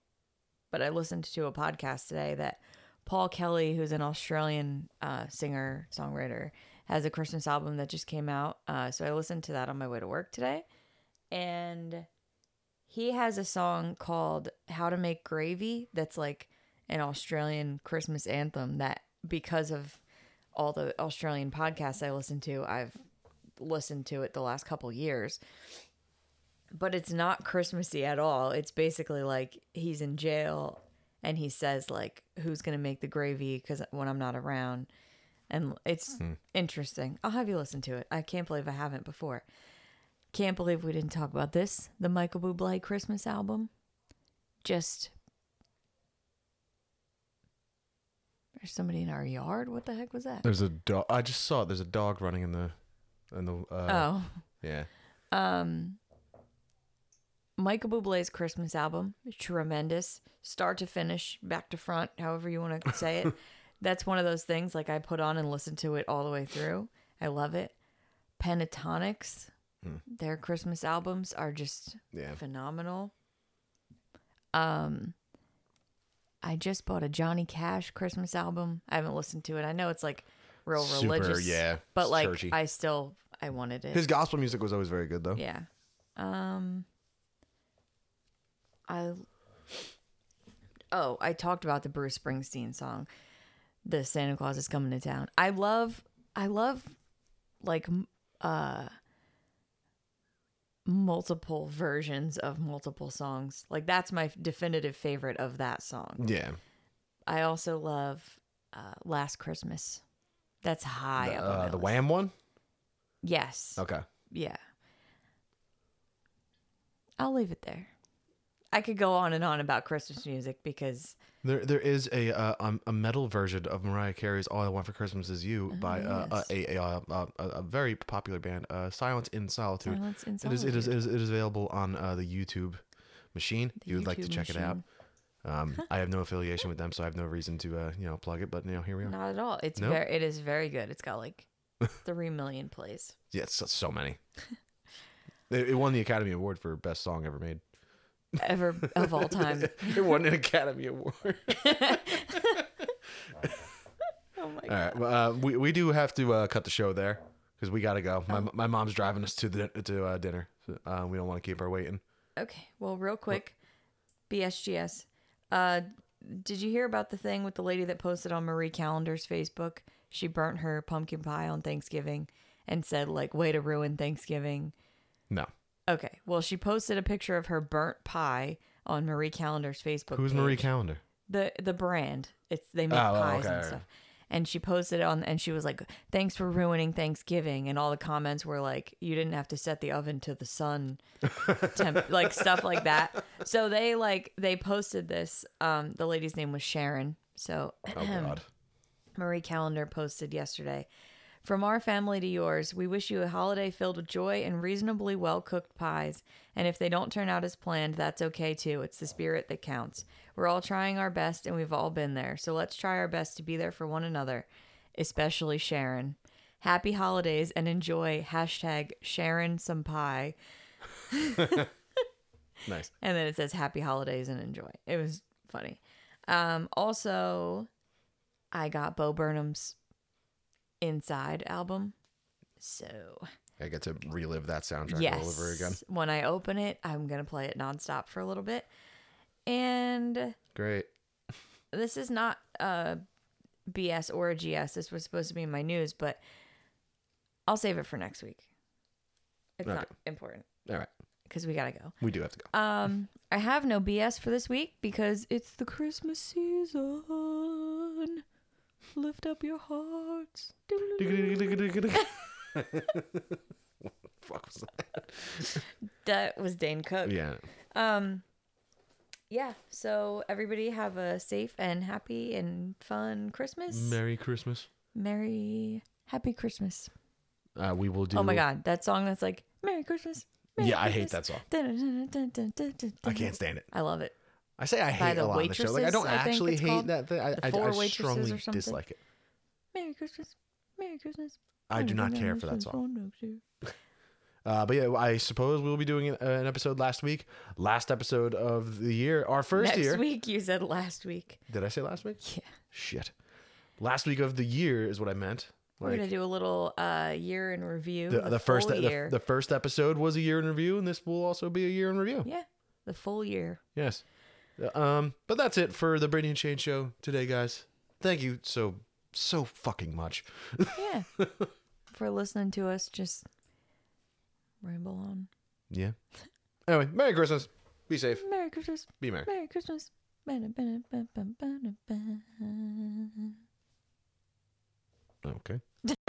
Speaker 1: but I listened to a podcast today that Paul Kelly, who's an Australian uh, singer songwriter, has a Christmas album that just came out. Uh, so I listened to that on my way to work today, and he has a song called "How to Make Gravy" that's like an Australian Christmas anthem. That because of all the Australian podcasts I listen to, I've listened to it the last couple years but it's not Christmassy at all. It's basically like he's in jail and he says like who's going to make the gravy cuz when I'm not around and it's interesting. I'll have you listen to it. I can't believe I haven't before. Can't believe we didn't talk about this, the Michael Bublé Christmas album. Just There's somebody in our yard. What the heck was that?
Speaker 2: There's a dog. I just saw it. There's a dog running in the, in the. Uh,
Speaker 1: Oh.
Speaker 2: Yeah.
Speaker 1: Um, Michael Bublé's Christmas album, tremendous, start to finish, back to front, however you want to say
Speaker 2: (laughs)
Speaker 1: it. That's one of those things like I put on and listen to it all the way through. I love it. Pentatonics, their Christmas albums are just
Speaker 2: Hmm. Yeah.
Speaker 1: phenomenal. Um, I just bought a Johnny Cash Christmas album. I haven't listened to it. I know it's like real
Speaker 2: Super,
Speaker 1: religious,
Speaker 2: yeah,
Speaker 1: but
Speaker 2: it's
Speaker 1: like
Speaker 2: churchy.
Speaker 1: I still I wanted it.
Speaker 2: His gospel music was always very good, though.
Speaker 1: Yeah. Um I Oh, I talked about the Bruce Springsteen song. The Santa Claus is coming to town. I love I love like m- uh multiple versions of multiple songs. Like that's my definitive favorite of that song.
Speaker 2: Yeah.
Speaker 1: I also love uh Last Christmas. That's high up on
Speaker 2: Uh,
Speaker 1: my
Speaker 2: the
Speaker 1: list.
Speaker 2: Wham one.
Speaker 1: Yes.
Speaker 2: Okay.
Speaker 1: Yeah. I'll leave it there. I could go on and on about Christmas music because
Speaker 2: There, there is a uh, um, a metal version of Mariah Carey's "All I Want for Christmas Is You" by uh,
Speaker 1: Oh, yes.
Speaker 2: a, a, uh, uh, a a very popular band, uh, Silence in Solitude.
Speaker 1: Silence in
Speaker 2: It is it is
Speaker 1: Solitude.
Speaker 2: it is, it is available on uh, the YouTube machine. if you would like to
Speaker 1: YouTube
Speaker 2: check it out. Um, I have no affiliation with them, so I have no reason to uh, you know plug it. But you know, here we are.
Speaker 1: not at all. It's
Speaker 2: No?
Speaker 1: very it is very good. It's got
Speaker 2: (laughs)
Speaker 1: like three million plays.
Speaker 2: Yeah, it's so, so many. it, it won the Academy Award for best song ever made.
Speaker 1: Ever of all
Speaker 2: (laughs)
Speaker 1: time.
Speaker 2: It won an Academy Award.
Speaker 1: Oh my
Speaker 2: All
Speaker 1: god.
Speaker 2: right, well, uh, we we do have to uh, cut the show there because we gotta go. My my mom's driving us to the to uh, dinner. So, uh, we don't want to keep her waiting.
Speaker 1: Okay. Well, real quick. BSGS. Uh did you hear about the thing with the lady that posted on Marie Callender's Facebook? She burnt her pumpkin pie on Thanksgiving and said like way to ruin Thanksgiving.
Speaker 2: No,
Speaker 1: Okay. Well, she posted a picture of her burnt pie on Marie Callender's Facebook.
Speaker 2: who's Marie
Speaker 1: page.
Speaker 2: Calendar?
Speaker 1: The the brand. It's they make
Speaker 2: Oh, oh,
Speaker 1: pies
Speaker 2: okay,
Speaker 1: and
Speaker 2: okay.
Speaker 1: stuff. And she posted it on and she was like, "Thanks for ruining Thanksgiving." And all the comments were like, "You didn't have to set the oven to the
Speaker 2: (laughs)
Speaker 1: sun." temp- like stuff like that. So they like they posted this um the lady's name was Sharon. So (clears throat)
Speaker 2: Oh God,
Speaker 1: Marie Calendar posted yesterday. From our family to yours, we wish you a holiday filled with joy and reasonably well cooked pies. And if they don't turn out as planned, that's okay too. It's the spirit that counts. We're all trying our best and we've all been there. So let's try our best to be there for one another, especially Sharon. Happy holidays and enjoy hashtag Sharon some pie.
Speaker 2: nice.
Speaker 1: And then it says happy holidays and enjoy. It was funny. Um, also, I got Bo Burnham's Inside album. So,
Speaker 2: I get to relive that soundtrack
Speaker 1: yes.
Speaker 2: all over again.
Speaker 1: When I open it, I'm going to play it nonstop for a little bit. And
Speaker 2: Great.
Speaker 1: this is not a BS or a GS. This was supposed to be in my news, but I'll save it for next week. It's not important.
Speaker 2: All right.
Speaker 1: because we gotta go.
Speaker 2: We do have to go. (laughs)
Speaker 1: Um, I have no BS for this week because it's the Christmas season. Lift up your hearts.
Speaker 2: What the fuck was
Speaker 1: That was Dane Cook.
Speaker 2: that? Yeah.
Speaker 1: Um, yeah. So everybody have a safe and happy and fun Christmas.
Speaker 2: Merry Christmas.
Speaker 1: Merry Happy Christmas.
Speaker 2: Uh, we will do.
Speaker 1: Oh my God, that song that's like Merry Christmas. Merry
Speaker 2: Yeah, I hate
Speaker 1: Christmas."
Speaker 2: that song.
Speaker 1: Dun-dun-dun-dun-dun-dun-dun.
Speaker 2: I can't stand it.
Speaker 1: I love it.
Speaker 2: I say I
Speaker 1: By
Speaker 2: hate
Speaker 1: the
Speaker 2: a lot of the show. Like I
Speaker 1: waitresses,
Speaker 2: don't
Speaker 1: I think
Speaker 2: actually
Speaker 1: it's
Speaker 2: hate
Speaker 1: called.
Speaker 2: that thing. I,
Speaker 1: The
Speaker 2: I,
Speaker 1: four
Speaker 2: I
Speaker 1: waitresses
Speaker 2: strongly
Speaker 1: or something.
Speaker 2: dislike it.
Speaker 1: Merry Christmas. Merry Christmas.
Speaker 2: I do not care for that song. Uh, but yeah, I suppose we'll be doing an, uh, an episode last week, last episode of the year, our first
Speaker 1: Next
Speaker 2: year.
Speaker 1: week, you said last week.
Speaker 2: Did I say last week?
Speaker 1: Yeah.
Speaker 2: Shit. Last week of the year is what I meant.
Speaker 1: We're
Speaker 2: Like
Speaker 1: gonna do a little uh year in review.
Speaker 2: the, the, first e,
Speaker 1: full
Speaker 2: the,
Speaker 1: year.
Speaker 2: the first episode was a year in review, and this will also be a year in review.
Speaker 1: (laughs) yeah, the full year.
Speaker 2: Yes. Um, but that's it for the Brady and Shane show today, guys. Thank you so so fucking much. (laughs)
Speaker 1: Yeah, for listening to us just ramble on.
Speaker 2: Yeah. Anyway, Merry Christmas. Be safe.
Speaker 1: Merry Christmas.
Speaker 2: Be merry.
Speaker 1: Merry Christmas. Ba-da-ba-da-ba-ba-ba-da-ba.
Speaker 2: Okay.